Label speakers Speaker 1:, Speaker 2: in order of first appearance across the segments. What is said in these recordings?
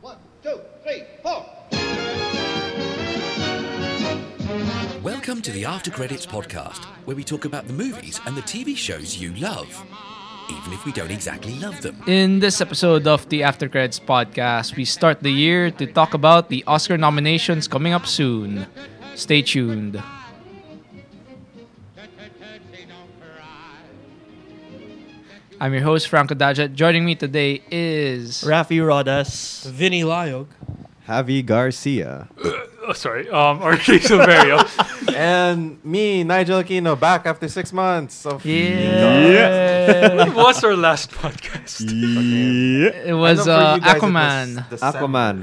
Speaker 1: One, two, three, four.
Speaker 2: Welcome to the After Credits podcast, where we talk about the movies and the TV shows you love, even if we don't exactly love them.
Speaker 3: In this episode of the After Credits podcast, we start the year to talk about the Oscar nominations coming up soon. Stay tuned. I'm your host, Franco Daja. Joining me today is.
Speaker 4: Rafi Rodas.
Speaker 5: Vinny Lyog.
Speaker 6: Javi Garcia.
Speaker 7: Oh, sorry, um, RK Silverio.
Speaker 6: and me, Nigel Aquino, back after six months of
Speaker 3: Yeah.
Speaker 7: it was our last podcast.
Speaker 3: It was uh, Aquaman.
Speaker 6: Aquaman.
Speaker 7: Aquaman.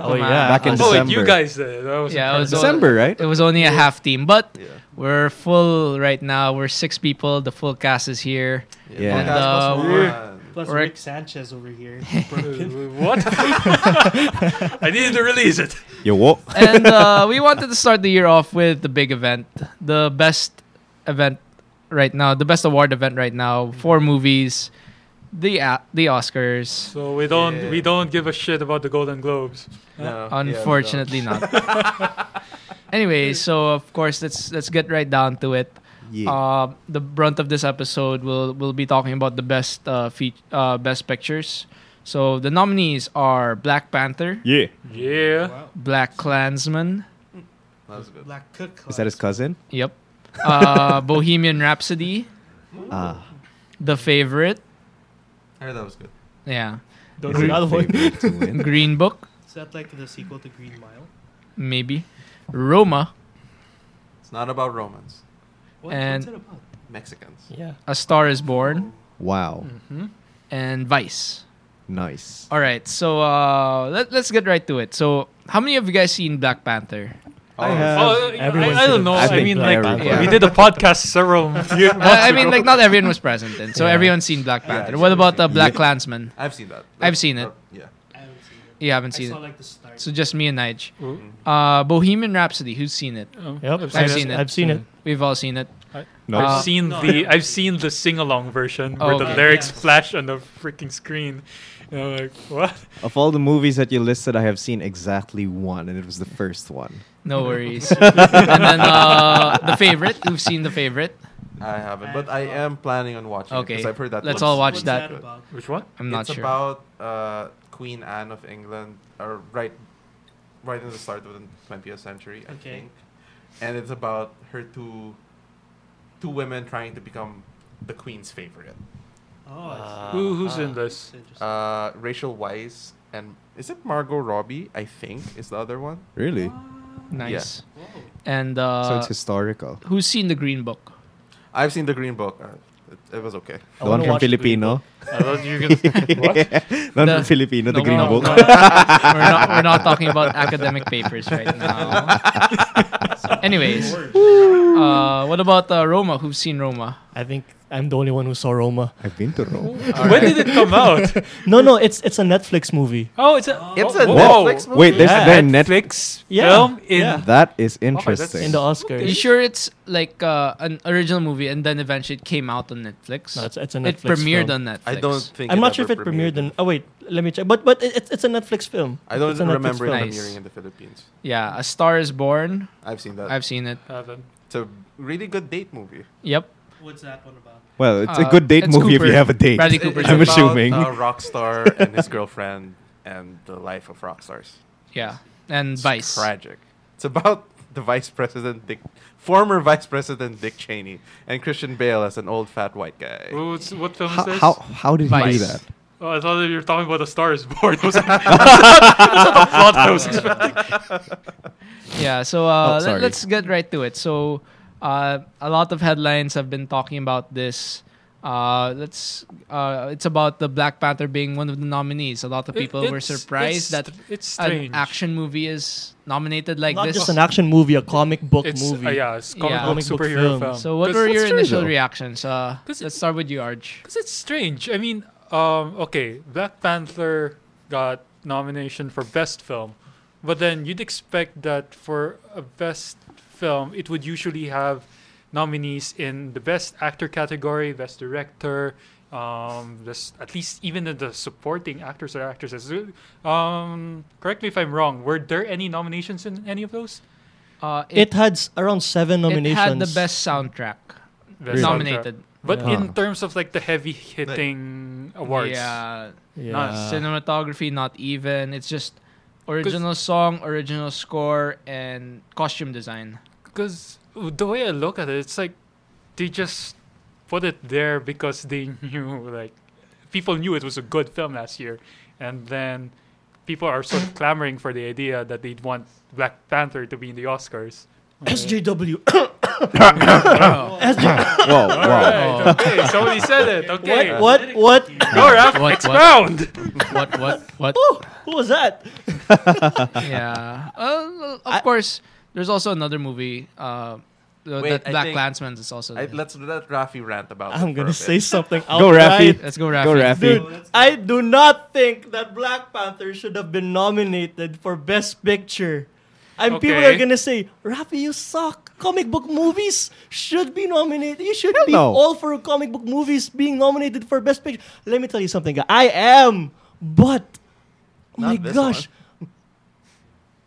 Speaker 3: Aquaman.
Speaker 6: Back in
Speaker 7: Oh, wait,
Speaker 6: December.
Speaker 7: you guys did. That was
Speaker 3: Yeah, it was
Speaker 6: December, right?
Speaker 3: It was only a half team, but we're full right now. We're six people. The full cast is here.
Speaker 6: Yeah.
Speaker 3: And, uh, we're-
Speaker 5: Plus
Speaker 3: Rick.
Speaker 5: Rick Sanchez over here.
Speaker 7: What? I needed to release it.
Speaker 6: Yo, what?
Speaker 3: and uh, we wanted to start the year off with the big event, the best event right now, the best award event right now. Four movies, the a the Oscars.
Speaker 7: So we don't
Speaker 6: Yeah.
Speaker 7: we don't give a shit about the Golden Globes.
Speaker 3: Unfortunately, not. anyway, so of course, let's let's get right down to it.
Speaker 6: Yeah.
Speaker 3: Uh, the brunt of this episode will will be talking about the best uh, feat uh, best pictures. So the nominees are Black Panther,
Speaker 6: yeah.
Speaker 7: Yeah.
Speaker 3: Black Klansman,
Speaker 5: Black Cook.
Speaker 6: Is that his cousin?
Speaker 3: yep, uh, Bohemian Rhapsody,
Speaker 6: Ah.
Speaker 3: The Favorite,
Speaker 6: I heard that was good.
Speaker 3: yeah,
Speaker 5: Don't do another one.
Speaker 3: Green Book,
Speaker 5: Is that like the sequel to Green Mile?
Speaker 3: maybe, Roma,
Speaker 8: It's not about Romans,
Speaker 5: What,
Speaker 3: And-
Speaker 5: what's it about?
Speaker 8: Mexicans.
Speaker 4: Yeah.
Speaker 3: A Star Is Born,
Speaker 6: Wow.
Speaker 3: and Vice.
Speaker 6: Nice.
Speaker 3: All right, so uh, let, let's get right to it. So, how many of you guys seen Black Panther?
Speaker 6: I have.
Speaker 7: Oh, I,
Speaker 4: everyone
Speaker 7: I don't know.
Speaker 6: I
Speaker 7: I,
Speaker 6: think
Speaker 7: mean, like
Speaker 6: everybody.
Speaker 7: we did a podcast several years.
Speaker 3: Uh, I, I mean, like not everyone was present, then, so
Speaker 4: Yeah.
Speaker 3: everyone's seen Black Panther.
Speaker 8: it's
Speaker 3: what about uh,
Speaker 8: everything.
Speaker 3: Black Klansman?
Speaker 8: I've seen that.
Speaker 3: I've seen it.
Speaker 8: Uh, yeah.
Speaker 5: I haven't seen it.
Speaker 3: You haven't
Speaker 5: I
Speaker 3: seen
Speaker 5: saw
Speaker 3: it,
Speaker 5: like the start.
Speaker 3: so just me and Nige.
Speaker 7: Mhm.
Speaker 3: Uh, Bohemian Rhapsody. Who's seen it?
Speaker 4: Yep.
Speaker 7: I've
Speaker 3: I've seen it.
Speaker 4: I've seen it.
Speaker 3: We've all seen it.
Speaker 6: No.
Speaker 3: Uh,
Speaker 7: I've seen
Speaker 5: No,
Speaker 7: the
Speaker 5: no.
Speaker 7: I've seen the sing along version
Speaker 3: Oh,
Speaker 7: where
Speaker 3: okay.
Speaker 7: the lyrics
Speaker 5: Yeah.
Speaker 7: flash on the freaking screen. And I'm like, what?
Speaker 6: Uh, of all the movies that you listed, I have seen exactly one, and it was the first one.
Speaker 3: No worries. and then uh, the favorite. Who've seen the favorite?
Speaker 8: I haven't,
Speaker 5: I
Speaker 8: but
Speaker 5: have
Speaker 8: I
Speaker 5: not.
Speaker 8: am planning on watching
Speaker 3: Okay,
Speaker 8: it because I've heard that.
Speaker 3: let's
Speaker 8: looks-
Speaker 3: all watch
Speaker 5: what's
Speaker 3: that.
Speaker 5: about?
Speaker 7: Which one?
Speaker 3: I'm not
Speaker 8: it's
Speaker 3: sure.
Speaker 8: about uh, Queen Anne of England, or right, right in the start of the 20th century, I
Speaker 5: Okay.
Speaker 8: think. And it's about her two, two women trying to become the queen's favorite.
Speaker 5: Oh, I see.
Speaker 7: Who, who's
Speaker 8: uh,
Speaker 7: in this?
Speaker 5: That's interesting.
Speaker 8: Uh, Rachel Weisz and is it Margot Robbie? I think is the other one.
Speaker 6: Really?
Speaker 3: Nice.
Speaker 5: Whoa.
Speaker 3: And
Speaker 6: so
Speaker 3: uh,
Speaker 6: it's historical.
Speaker 3: who's seen the Green Book?
Speaker 8: I've seen the Green Book. Uh, it, it was okay.
Speaker 6: The one from Filipino.
Speaker 7: I thought you could. what?
Speaker 6: Not
Speaker 3: The-
Speaker 6: from Filipino, the
Speaker 3: No,
Speaker 6: Green
Speaker 3: no,
Speaker 6: Book.
Speaker 3: no. we're, not, we're not talking about academic papers right now. Anyways, uh, what about uh, Roma? Who's seen Roma?
Speaker 4: I think I'm the only one who saw Roma.
Speaker 6: I've been to Rome.
Speaker 7: When did it come out?
Speaker 4: No, no, it's it's a Netflix movie.
Speaker 7: Oh, it's a
Speaker 8: It's
Speaker 7: oh,
Speaker 8: a
Speaker 7: whoa.
Speaker 8: Netflix movie.
Speaker 6: Wait, there's
Speaker 4: Yeah.
Speaker 6: there Netflix.
Speaker 7: Netflix
Speaker 4: Yeah,
Speaker 7: film in
Speaker 4: yeah.
Speaker 6: That is
Speaker 7: that's-
Speaker 6: interesting.
Speaker 4: In the
Speaker 3: Are
Speaker 4: Oscars.
Speaker 3: you sure it's like uh, an original movie and then eventually it came out on Netflix?
Speaker 4: No, it's, it's a
Speaker 3: it
Speaker 4: Netflix
Speaker 3: premiered
Speaker 4: film.
Speaker 3: on Netflix.
Speaker 8: I don't think.
Speaker 4: I'm not sure if
Speaker 8: ever
Speaker 4: it premiered in. Oh wait, let me check. But but it, it's it's a Netflix film.
Speaker 8: I don't
Speaker 4: It's a Netflix
Speaker 8: remember it
Speaker 4: film.
Speaker 3: Nice.
Speaker 8: premiering in the Philippines.
Speaker 3: Yeah, A Star is Born.
Speaker 8: I've seen that.
Speaker 3: I've seen it.
Speaker 7: heaven.
Speaker 8: it's a really good date movie.
Speaker 3: Yep.
Speaker 5: What's that one about?
Speaker 6: well, it's
Speaker 3: Uh,
Speaker 6: a good date
Speaker 3: it's
Speaker 6: movie if
Speaker 3: Cooper.
Speaker 6: you have a date.
Speaker 3: Bradley
Speaker 8: It-
Speaker 3: Cooper's uh,
Speaker 8: it's
Speaker 6: I'm
Speaker 8: about
Speaker 6: assuming.
Speaker 8: a rock star and his girlfriend and the life of rock stars.
Speaker 3: Yeah. And
Speaker 8: It's
Speaker 3: Vice.
Speaker 8: Tragic. It's about the vice president Dick, former vice president Dick Cheney, and Christian Bale as an old fat white guy.
Speaker 7: Oh, it's- what film is
Speaker 6: How,
Speaker 7: this?
Speaker 6: how, how did he
Speaker 3: Vice.
Speaker 6: do that?
Speaker 7: Oh, I thought you were talking about The Star is Born. That's not that's not the plot I was expecting.
Speaker 3: Yeah, so uh,
Speaker 6: Oh,
Speaker 3: let,
Speaker 6: sorry.
Speaker 3: us get right to it. So, uh, a lot of headlines have been talking about this. Uh, let's. Uh, it's about the Black Panther being one of the nominees. A lot of people
Speaker 7: It-
Speaker 3: were
Speaker 7: it's-
Speaker 3: surprised
Speaker 7: it's
Speaker 3: that
Speaker 7: str- it's strange.
Speaker 3: an action movie is nominated like
Speaker 4: Not
Speaker 3: this.
Speaker 4: just an action movie, a comic book
Speaker 7: it's,
Speaker 4: movie.
Speaker 7: Uh, yeah, it's comic
Speaker 3: Yeah.
Speaker 7: book
Speaker 4: Comic book
Speaker 7: superhero
Speaker 4: film.
Speaker 7: film.
Speaker 3: so, what
Speaker 7: 'Cause-
Speaker 3: were your
Speaker 6: That's
Speaker 3: initial
Speaker 6: true, though.
Speaker 3: reactions? Uh,
Speaker 7: 'Cause it-
Speaker 3: let's start with you, Arj.
Speaker 7: Because it's strange. I mean, um, okay, Black Panther got nomination for best film, but then you'd expect that for a best film, it would usually have nominees in the best actor category, best director, um, this, at least even in the supporting actors or actresses. Um, correct me if I'm wrong. Were there any nominations in any of those?
Speaker 3: Uh,
Speaker 4: It, had s- around seven
Speaker 3: it
Speaker 4: nominations.
Speaker 3: had the best soundtrack
Speaker 7: Best
Speaker 3: nominated.
Speaker 7: soundtrack. But
Speaker 4: Yeah.
Speaker 7: in terms of like the heavy hitting awards,
Speaker 3: Yeah,
Speaker 4: Yeah.
Speaker 7: Nice.
Speaker 3: cinematography not even. It's just original song, original score, and costume design.
Speaker 7: because the way I look at it, it's like they just put it there because they knew like people knew it was a good film last year, and then people are sort of clamoring for the idea that they'd want Black Panther to be in the Oscars.
Speaker 4: SJW.
Speaker 3: Oh.
Speaker 6: Whoa,
Speaker 7: All
Speaker 6: whoa.
Speaker 7: right, okay, somebody said it. Okay,
Speaker 4: What? What? What?
Speaker 7: Go, Raph,
Speaker 3: What,
Speaker 7: expound.
Speaker 3: What? What? What?
Speaker 4: Who was that?
Speaker 3: yeah. Uh, of course, there's also another movie. Uh, the-
Speaker 8: Wait,
Speaker 3: that
Speaker 8: I
Speaker 3: Black
Speaker 8: think-
Speaker 3: Klansman is also.
Speaker 8: I,
Speaker 3: there.
Speaker 8: let's let Rafi rant about.
Speaker 4: I'm
Speaker 8: it for
Speaker 4: gonna
Speaker 8: a
Speaker 4: say
Speaker 8: bit.
Speaker 4: something.
Speaker 6: Go,
Speaker 4: outright.
Speaker 6: Rafi.
Speaker 3: Let's go, Rafi.
Speaker 6: Go, Rafi.
Speaker 4: Dude, I do not think that Black Panther should have been nominated for Best Picture. And people
Speaker 7: Okay.
Speaker 4: are gonna say, Rafi, you suck. Comic book movies should be nominated. You should be
Speaker 6: no.
Speaker 4: all for comic book movies being nominated for Best Picture. Let me tell you something, guy. I am, but oh
Speaker 8: Not
Speaker 4: my
Speaker 8: this
Speaker 4: gosh.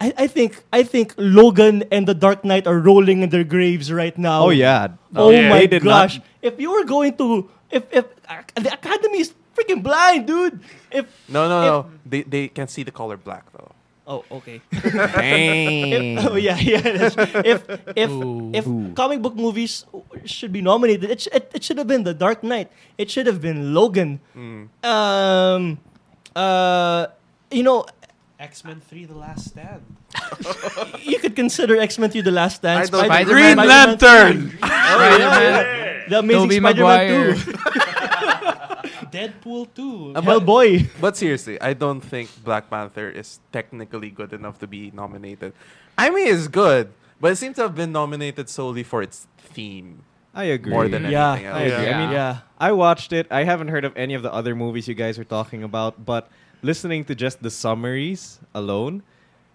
Speaker 4: I, I think I think Logan and the Dark Knight are rolling in their graves right now.
Speaker 6: Oh, yeah.
Speaker 4: Oh
Speaker 7: yeah.
Speaker 4: my
Speaker 6: They did not-
Speaker 4: gosh! If you were going to, if if uh, the academy is freaking blind, dude. If
Speaker 8: No, no, no. They they can see the color black though.
Speaker 4: oh okay.
Speaker 6: Dang.
Speaker 4: oh yeah, yeah. that's- if if
Speaker 3: Ooh.
Speaker 4: if
Speaker 6: Ooh.
Speaker 4: comic book movies should be nominated, it, sh- it it should have been The Dark Knight. It should have been Logan. Um, uh, you know,
Speaker 5: X Men Three: The Last Stand.
Speaker 4: you could consider X Men 3: The Last Stand,
Speaker 8: I don't-
Speaker 4: Spider-
Speaker 3: Green
Speaker 4: Spider-Man
Speaker 7: Lantern.
Speaker 8: Oh,
Speaker 3: Spider-Man,
Speaker 4: two, The Amazing
Speaker 3: Tobey
Speaker 4: Spider-Man
Speaker 3: Maguire.
Speaker 4: 2,
Speaker 5: Deadpool Two.
Speaker 4: Hellboy.
Speaker 8: But seriously, I don't think Black Panther is technically good enough to be nominated. I mean, it's good, but it seems to have been nominated solely for its theme
Speaker 6: I agree.
Speaker 8: more than
Speaker 4: Yeah,
Speaker 8: anything
Speaker 6: I
Speaker 8: else.
Speaker 6: agree. I
Speaker 3: Yeah.
Speaker 6: mean,
Speaker 4: Yeah.
Speaker 6: I watched it. I haven't heard of any of the other movies you guys were talking about, but listening to just the summaries alone,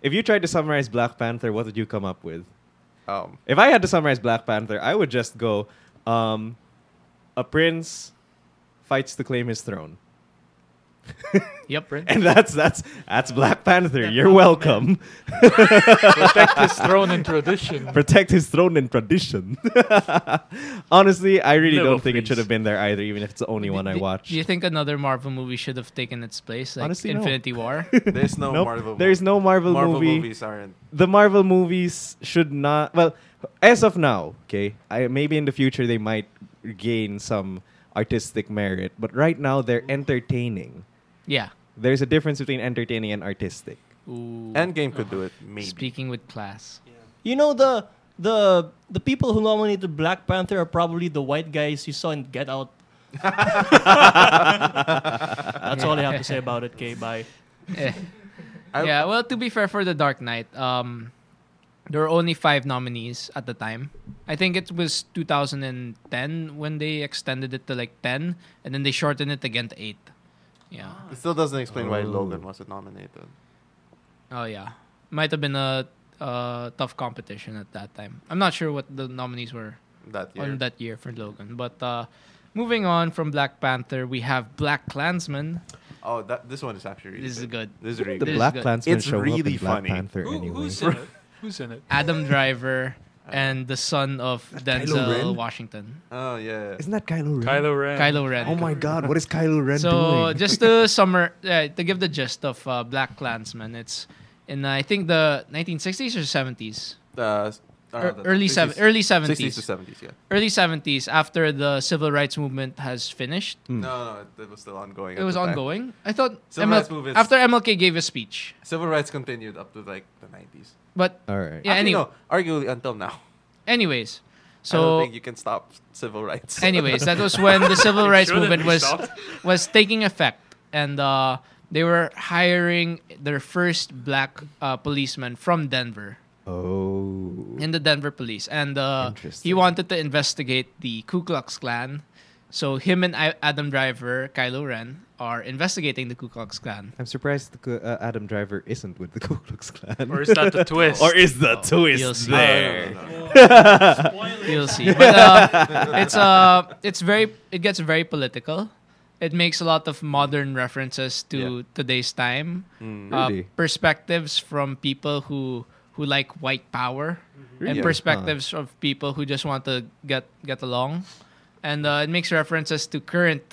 Speaker 6: if you tried to summarize Black Panther, what did you come up with?
Speaker 8: Um,
Speaker 6: If I had to summarize Black Panther, I would just go um, a prince fights to claim his throne.
Speaker 3: Yep.
Speaker 6: And that's that's that's Black Panther. You're welcome.
Speaker 7: Protect his throne and tradition.
Speaker 6: Protect his throne and tradition. Honestly, I really
Speaker 7: Little
Speaker 6: don't think it
Speaker 7: freeze.
Speaker 6: should have been there either, even if it's the only one I
Speaker 3: Do-
Speaker 6: watched.
Speaker 3: Do you think another Marvel movie should have taken its place, like
Speaker 6: Honestly, no.
Speaker 3: Infinity War?
Speaker 8: there's no
Speaker 6: Nope.
Speaker 8: Marvel.
Speaker 6: There's no Marvel,
Speaker 8: Marvel
Speaker 6: movie.
Speaker 8: movies aren't.
Speaker 6: The Marvel movies should not. Well, as of now, okay. I, maybe in the future they might gain some artistic merit, but right now they're entertaining.
Speaker 3: yeah.
Speaker 6: There's a difference between entertaining and artistic.
Speaker 3: Ooh.
Speaker 8: Endgame could do it. Maybe.
Speaker 3: speaking with class.
Speaker 4: You know the the the people who nominated Black Panther are probably the white guys you saw in Get Out. That's all I have to say about it. Okay, bye.
Speaker 3: Eh.
Speaker 8: I-
Speaker 3: yeah, well, to be fair for The Dark Knight, um, there were only five nominees at the time. I think it was 2010 when they extended it to like 10, and then they shortened it again to 8. Yeah.
Speaker 8: It still doesn't explain why
Speaker 6: Oh.
Speaker 8: Logan wasn't nominated.
Speaker 3: Oh, yeah. Might have been a uh, tough competition at that time. I'm not sure what the nominees were
Speaker 8: That year.
Speaker 3: on that year for Logan. But uh, moving on from Black Panther, we have Black Klansman.
Speaker 8: oh, that this one is actually really
Speaker 3: This is good.
Speaker 8: This is really
Speaker 6: The
Speaker 8: good.
Speaker 3: This is
Speaker 6: Black
Speaker 3: good.
Speaker 6: Klansman
Speaker 8: It's
Speaker 6: show up
Speaker 8: really
Speaker 6: in Black
Speaker 8: funny.
Speaker 6: Panther
Speaker 7: Who,
Speaker 6: anyway.
Speaker 7: who's in it? Who's in it?
Speaker 3: Adam Driver and the son of Denzel
Speaker 6: Ren?
Speaker 3: Washington.
Speaker 8: Oh yeah.
Speaker 6: Isn't that Kylo Ren?
Speaker 7: Kylo Ren.
Speaker 3: Kylo Ren.
Speaker 6: Oh my God! What is Kylo Ren
Speaker 3: so
Speaker 6: doing?
Speaker 3: just to summer uh, to give the gist of uh, Black Klansman, it's in uh, I think the 1960s or 70s,
Speaker 8: Uh, s-
Speaker 3: Er-
Speaker 8: uh, the-
Speaker 3: early
Speaker 8: 60s
Speaker 3: seven, early
Speaker 8: 60s to
Speaker 3: 70s,
Speaker 8: 70s. Yeah.
Speaker 3: early 70s after the civil rights movement has finished.
Speaker 8: No, no, it, it was still ongoing.
Speaker 3: Hmm. It
Speaker 8: at
Speaker 3: was
Speaker 8: the time.
Speaker 3: ongoing. I thought
Speaker 8: Civil
Speaker 3: ML
Speaker 8: rights movements-
Speaker 3: after MLK gave a speech,
Speaker 8: Civil rights continued up to like the 90s.
Speaker 3: but
Speaker 6: All right.
Speaker 3: Yeah, any-
Speaker 8: Actually, no, arguably until now.
Speaker 3: anyways,
Speaker 8: I don't
Speaker 3: so
Speaker 8: think you can stop civil rights.
Speaker 3: anyways, that was when the civil rights
Speaker 7: Shouldn't
Speaker 3: movement
Speaker 7: be
Speaker 3: was
Speaker 7: stopped.
Speaker 3: was taking effect, and uh, they were hiring their first black uh, policeman from Denver.
Speaker 6: Oh.
Speaker 3: in the Denver police, and uh, he
Speaker 6: Interesting.
Speaker 3: wanted to investigate the Ku Klux Klan. So him and I- Adam Driver, Kylo Ren, are investigating the Ku Klux Klan.
Speaker 6: I'm surprised the, Ku- uh, Adam Driver isn't with the Ku Klux Klan.
Speaker 7: Or is that the twist?
Speaker 6: is the
Speaker 8: Oh.
Speaker 3: You'll
Speaker 6: twist
Speaker 3: see.
Speaker 6: there?
Speaker 5: Spoiler.
Speaker 3: You'll see. But, uh, it's uh, it's very it gets very political, It makes a lot of modern references to today's time, uh,
Speaker 6: Really?
Speaker 3: perspectives from people who who like white power,
Speaker 6: Really?
Speaker 3: and perspectives of people who just want to get get along, and uh, it makes references to current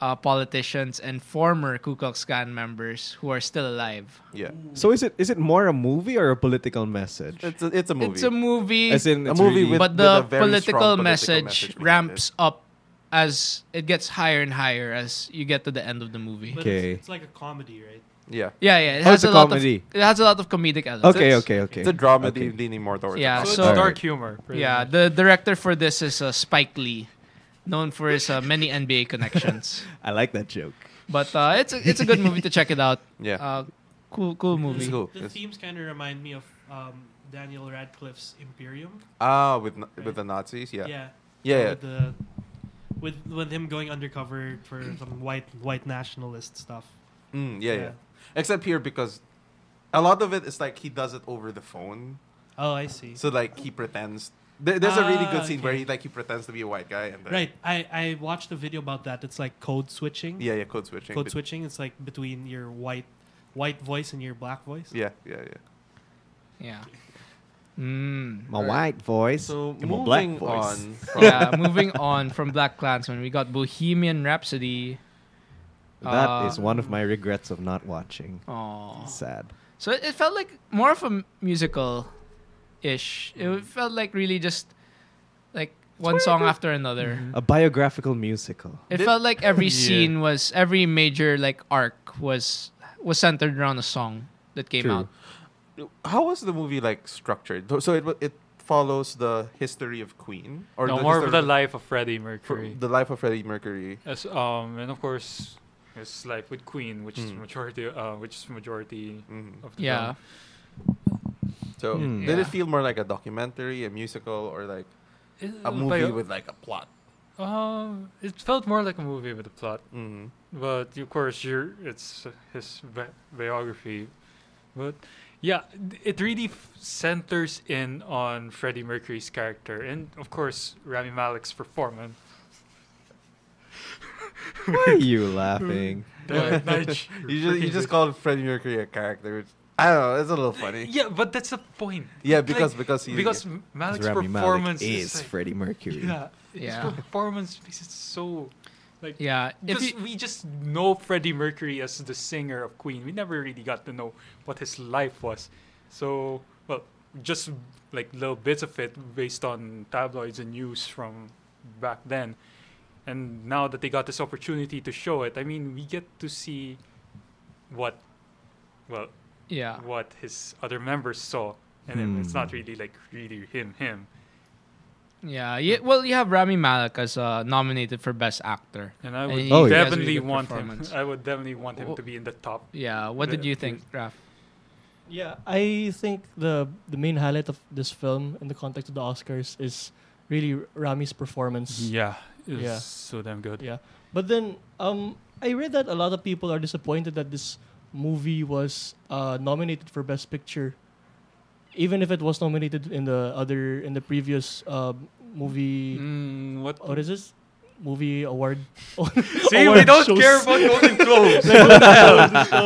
Speaker 3: uh, politicians and former Ku Klux Klan members who are still alive.
Speaker 8: Yeah.
Speaker 6: So is it is it more a movie or a political message?
Speaker 8: It's a, it's a movie.
Speaker 3: It's a movie.
Speaker 6: As in,
Speaker 8: A
Speaker 6: it's
Speaker 8: movie
Speaker 6: really-
Speaker 8: with-
Speaker 3: but the
Speaker 8: a very strong
Speaker 3: political,
Speaker 8: political
Speaker 3: message,
Speaker 8: message behind
Speaker 3: ramps up as it gets higher and higher as you get to the end of the movie.
Speaker 5: But
Speaker 6: Okay.
Speaker 5: it's, it's like a comedy, right?
Speaker 8: yeah.
Speaker 3: yeah, yeah, it
Speaker 6: Oh,
Speaker 3: has
Speaker 6: it's
Speaker 3: a,
Speaker 6: a
Speaker 3: lot
Speaker 6: comedy.
Speaker 3: of it has a lot of comedic elements.
Speaker 6: okay,
Speaker 3: It's-
Speaker 6: okay, okay.
Speaker 8: It's a dramedy
Speaker 6: Okay.
Speaker 8: leaning more towards. a
Speaker 3: Yeah,
Speaker 7: So
Speaker 8: comedy.
Speaker 7: it's
Speaker 6: Alright.
Speaker 7: dark humor. pretty
Speaker 3: Yeah,
Speaker 7: much.
Speaker 3: the director for this is uh, Spike Lee, known for his uh, many NBA connections.
Speaker 6: I like that joke.
Speaker 3: but uh, it's a, it's a good movie to check it out.
Speaker 8: Yeah.
Speaker 3: Uh, cool cool movie.
Speaker 8: It's cool.
Speaker 5: The
Speaker 8: It's-
Speaker 5: themes kind of remind me of um, Daniel Radcliffe's Imperium.
Speaker 8: Ah, with na- with the Nazis, yeah, yeah,
Speaker 5: Yeah.
Speaker 8: yeah.
Speaker 5: With, the, with with him going undercover for some white white nationalist stuff.
Speaker 8: Mm, yeah, yeah,
Speaker 5: Yeah.
Speaker 8: Except here because a lot of it is like he does it over the phone,
Speaker 5: Oh, I see.
Speaker 8: so like he pretends. There, there's a really good
Speaker 5: Ah,
Speaker 8: scene where
Speaker 5: okay.
Speaker 8: he like he pretends to be a white guy and then,
Speaker 5: right. I I watched a video about that. It's like code switching.
Speaker 8: Yeah, yeah, code switching.
Speaker 5: Code
Speaker 8: But-
Speaker 5: switching. It's like between your white white voice and your black voice.
Speaker 8: Yeah, yeah, yeah.
Speaker 3: Yeah. Mm.
Speaker 6: My white voice.
Speaker 8: So
Speaker 6: and my
Speaker 8: moving
Speaker 6: black voice.
Speaker 8: on. From,
Speaker 3: yeah, moving on from Black Klansman, we got Bohemian Rhapsody.
Speaker 6: That
Speaker 3: Uh,
Speaker 6: is one of my regrets of not watching.
Speaker 3: Aww.
Speaker 6: Sad.
Speaker 3: So it, it felt like more of a musical ish. It felt like really just like one song after another.
Speaker 6: A biographical musical.
Speaker 3: It
Speaker 8: Did-
Speaker 3: felt like every
Speaker 8: Yeah.
Speaker 3: scene was every major like arc was was centered around a song that came
Speaker 6: True.
Speaker 3: out.
Speaker 8: How was the movie like structured? Tho- So it wa- it follows the history of Queen or
Speaker 7: no,
Speaker 8: the
Speaker 7: more of
Speaker 8: history
Speaker 7: the life of Freddie
Speaker 8: for-
Speaker 7: Mercury.
Speaker 8: the life of Freddie Mercury.
Speaker 7: As, um, and of course, it's like with Queen, which is
Speaker 8: Mm.
Speaker 7: majority, uh, which is majority
Speaker 8: Mhm.
Speaker 7: of the
Speaker 3: Yeah.
Speaker 7: film.
Speaker 8: So
Speaker 6: Mm.
Speaker 8: did it
Speaker 3: Yeah.
Speaker 8: feel more like a documentary, a musical, or like
Speaker 7: It-
Speaker 8: a
Speaker 7: uh,
Speaker 8: movie
Speaker 7: bio-
Speaker 8: with like a plot?
Speaker 7: Uh, it felt more like a movie with a plot,
Speaker 8: Mm-hmm.
Speaker 7: but of course, you're, it's his bi- biography. But yeah, d- it really f- centers in on Freddie Mercury's character, and of course, Rami Malek's performance.
Speaker 6: Why are you laughing?
Speaker 7: That night-
Speaker 8: You just you just called Freddie Mercury a character. Which, I don't know. It's a little funny.
Speaker 7: Yeah, but that's the point.
Speaker 8: Yeah,
Speaker 7: Like,
Speaker 8: because because he
Speaker 7: because M- Malik's
Speaker 6: Rami Malek
Speaker 7: performance
Speaker 6: is
Speaker 7: like-
Speaker 6: Freddie Mercury.
Speaker 7: Yeah,
Speaker 3: Yeah.
Speaker 7: his performance makes it so like
Speaker 3: Yeah. If
Speaker 7: Just,
Speaker 3: you,
Speaker 7: we just know Freddie Mercury as the singer of Queen. We never really got to know what his life was. So, well, just like little bits of it based on tabloids and news from back then. And now that they got this opportunity to show it, I mean, we get to see what, well,
Speaker 3: yeah.
Speaker 7: what his other members saw. And then it's not
Speaker 6: Hmm.
Speaker 7: really like really him, him.
Speaker 3: Yeah. Yeah. Well you have Rami Malek as uh, nominated for Best Actor.
Speaker 7: And I
Speaker 3: And
Speaker 7: would
Speaker 3: he
Speaker 6: Oh, yeah.
Speaker 3: has a
Speaker 7: definitely
Speaker 3: really good
Speaker 7: want him.
Speaker 3: performance.
Speaker 7: I would definitely want him
Speaker 3: Well-
Speaker 7: to be in the top.
Speaker 3: Yeah. What did you think, Raf?
Speaker 4: Yeah, I think the the main highlight of this film in the context of the Oscars is really Rami's performance.
Speaker 7: Yeah, it
Speaker 4: Yeah.
Speaker 7: was so damn good.
Speaker 4: Yeah. But then um, I read that a lot of people are disappointed that this movie was uh, nominated for Best Picture, even if it was nominated in the other in the previous uh, movie.
Speaker 7: Mm, what?
Speaker 4: What is Oh, this? Movie award.
Speaker 7: See,
Speaker 4: award
Speaker 7: we don't
Speaker 4: shows.
Speaker 7: care about Golden Globes.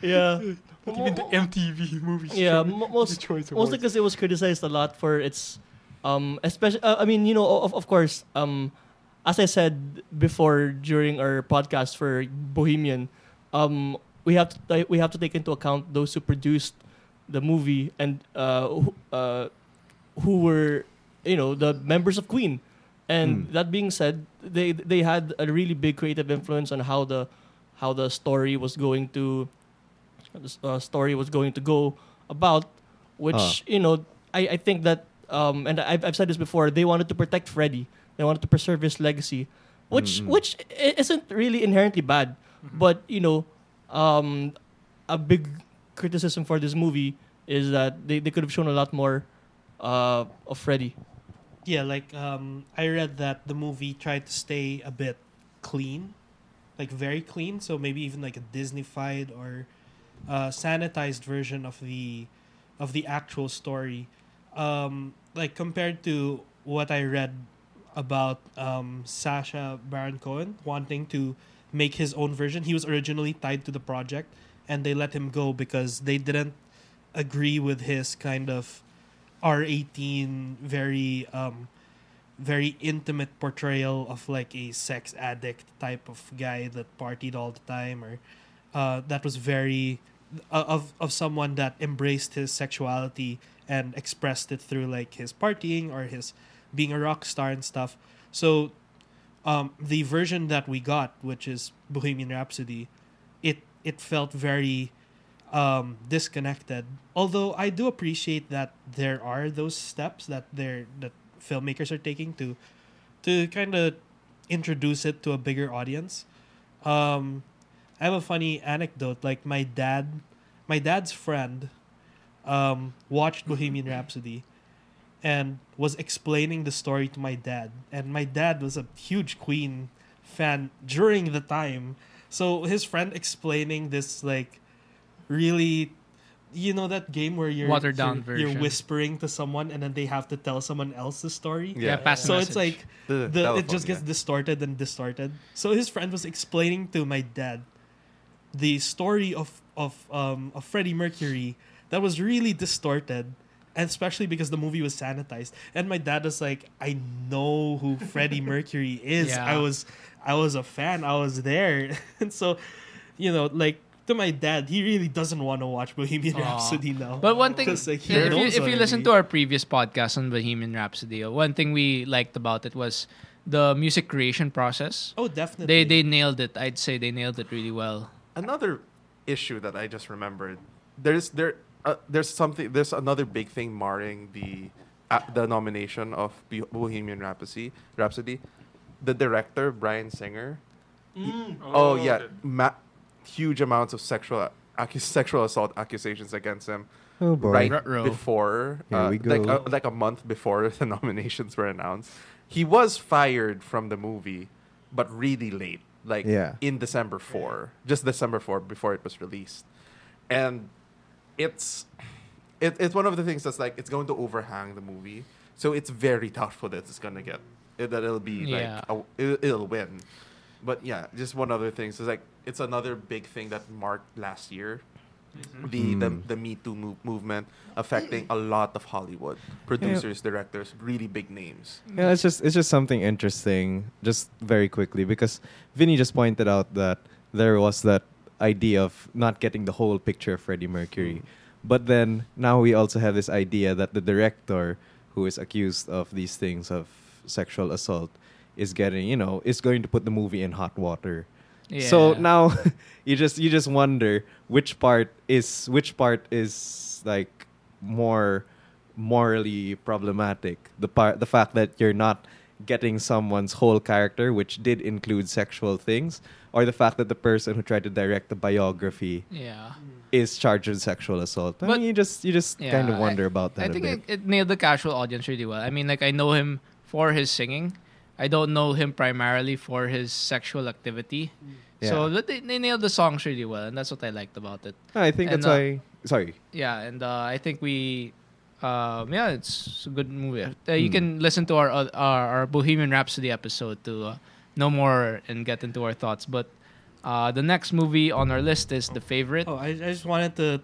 Speaker 4: yeah,
Speaker 7: Even the MTV movie.
Speaker 4: yeah.
Speaker 7: show,
Speaker 4: mo-
Speaker 7: the
Speaker 4: most
Speaker 7: Choice
Speaker 4: mostly
Speaker 7: Awards.
Speaker 4: because it was criticized a lot for its, um, especially. Uh, I mean, you know, of of course, um, as I said before during our podcast for Bohemian, um, we have to ta- we have to take into account those who produced the movie and uh, who, uh, who were you know the members of Queen. And
Speaker 6: Hmm.
Speaker 4: that being said, they they had a really big creative influence on how the how the story was going to uh, story was going to go about, which
Speaker 6: Ah.
Speaker 4: you know I, I think that um, and I've, I've said this before they wanted to protect Freddy they wanted to preserve his legacy, which
Speaker 6: Mm, mm.
Speaker 4: which i- isn't really inherently bad, but you know um, a big criticism for this movie is that they, they could have shown a lot more uh, of Freddy.
Speaker 5: Yeah, like um, I read that the movie tried to stay a bit clean, like very clean. So maybe even like a Disneyfied or uh, sanitized version of the of the actual story. Um, like compared to what I read about um, Sasha Baron Cohen wanting to make his own version. He was originally tied to the project, and they let him go because they didn't agree with his kind of R eighteen very um, very intimate portrayal of like a sex addict type of guy that partied all the time or uh, that was very uh, of of someone that embraced his sexuality and expressed it through like his partying or his being a rock star and stuff. So um, the version that we got, which is Bohemian Rhapsody, it it felt very um, disconnected. Although I do appreciate that there are those steps that they're that filmmakers are taking to to kind of introduce it to a bigger audience. Um, I have a funny anecdote. Like my dad, my dad's friend, um, watched Bohemian Rhapsody, and was explaining the story to my dad. And my dad was a huge Queen fan during the time, so his friend explaining this like really. You know that game where you're
Speaker 3: Watered down
Speaker 5: you're, you're
Speaker 3: version.
Speaker 5: whispering to someone and then they have to tell someone else the story.
Speaker 8: Yeah.
Speaker 3: Yeah, pass the
Speaker 5: So it's
Speaker 3: message.
Speaker 5: like
Speaker 8: The
Speaker 5: the, it
Speaker 8: telephone,
Speaker 5: just gets
Speaker 8: yeah.
Speaker 5: distorted and distorted. So his friend was explaining to my dad the story of of um of Freddie Mercury that was really distorted, and especially because the movie was sanitized. And my dad was like, "I know who Freddie Mercury is.
Speaker 3: Yeah.
Speaker 5: I was I was a fan. I was there." and so, you know, like to my dad, he really doesn't want to watch Bohemian
Speaker 3: Aw.
Speaker 5: Rhapsody now.
Speaker 3: But one thing,
Speaker 5: Because, like,
Speaker 3: if,
Speaker 5: he
Speaker 3: you,
Speaker 5: knows
Speaker 3: if you listen
Speaker 5: already.
Speaker 3: to our previous podcast on Bohemian Rhapsody, uh, one thing we liked about it was the music creation process.
Speaker 5: oh, definitely
Speaker 3: They they nailed it. I'd say they nailed it really well.
Speaker 8: another issue that I just remembered. There's there uh, there's something there's another big thing marring the uh, the nomination of Bo- Bohemian Rhapsody. Rhapsody, the director Brian Singer. Oh, yeah, ma- huge amounts of sexual accu- sexual assault accusations against him.
Speaker 6: Oh boy.
Speaker 8: Right
Speaker 3: Ruh-roh.
Speaker 8: before,
Speaker 6: Here
Speaker 8: uh,
Speaker 6: we
Speaker 8: like
Speaker 6: go.
Speaker 8: uh, like a month before the nominations were announced, he was fired from the movie, but really late, like
Speaker 6: Yeah.
Speaker 8: in December four, just December four before it was released, and it's it, it's one of the things that's like it's going to overhang the movie, so it's very doubtful that it's gonna get that it'll be
Speaker 3: Yeah.
Speaker 8: like a, it'll, it'll win. But yeah, just one other thing. So it's like it's another big thing that marked last year, the, the the Me Too move, movement affecting a lot of Hollywood producers, directors, really big names.
Speaker 6: Yeah, it's just it's just something interesting. Just very quickly, because Vinny just pointed out that there was that idea of not getting the whole picture of Freddie Mercury, but then now we also have this idea that the director who is accused of these things of sexual assault is getting you know is going to put the movie in hot water. So
Speaker 3: Yeah.
Speaker 6: now you just you just wonder which part is which part is like more morally problematic. The part the fact that you're not getting someone's whole character, which did include sexual things, or the fact that the person who tried to direct the biography
Speaker 3: Yeah.
Speaker 6: is charged with sexual assault. I
Speaker 3: Mm. But-
Speaker 6: mean, you just you just
Speaker 3: Yeah,
Speaker 6: kind of
Speaker 3: I-
Speaker 6: wonder about that
Speaker 3: I
Speaker 6: a
Speaker 3: think
Speaker 6: bit.
Speaker 3: it, it nailed the casual audience really well. I mean, like I know him for his singing. I don't know him primarily for his sexual activity. So
Speaker 6: Yeah.
Speaker 3: but they, they nailed the songs really well, and that's what I liked about it.
Speaker 6: No, I think
Speaker 3: and,
Speaker 6: that's
Speaker 3: uh,
Speaker 6: why. Sorry.
Speaker 3: Yeah, and uh, I think we, um, yeah, it's a good movie. Uh, you can listen to our, uh, our our Bohemian Rhapsody episode to uh, know more and get into our thoughts. But uh, the next movie on our list is The Favorite.
Speaker 5: Oh, I, I just wanted to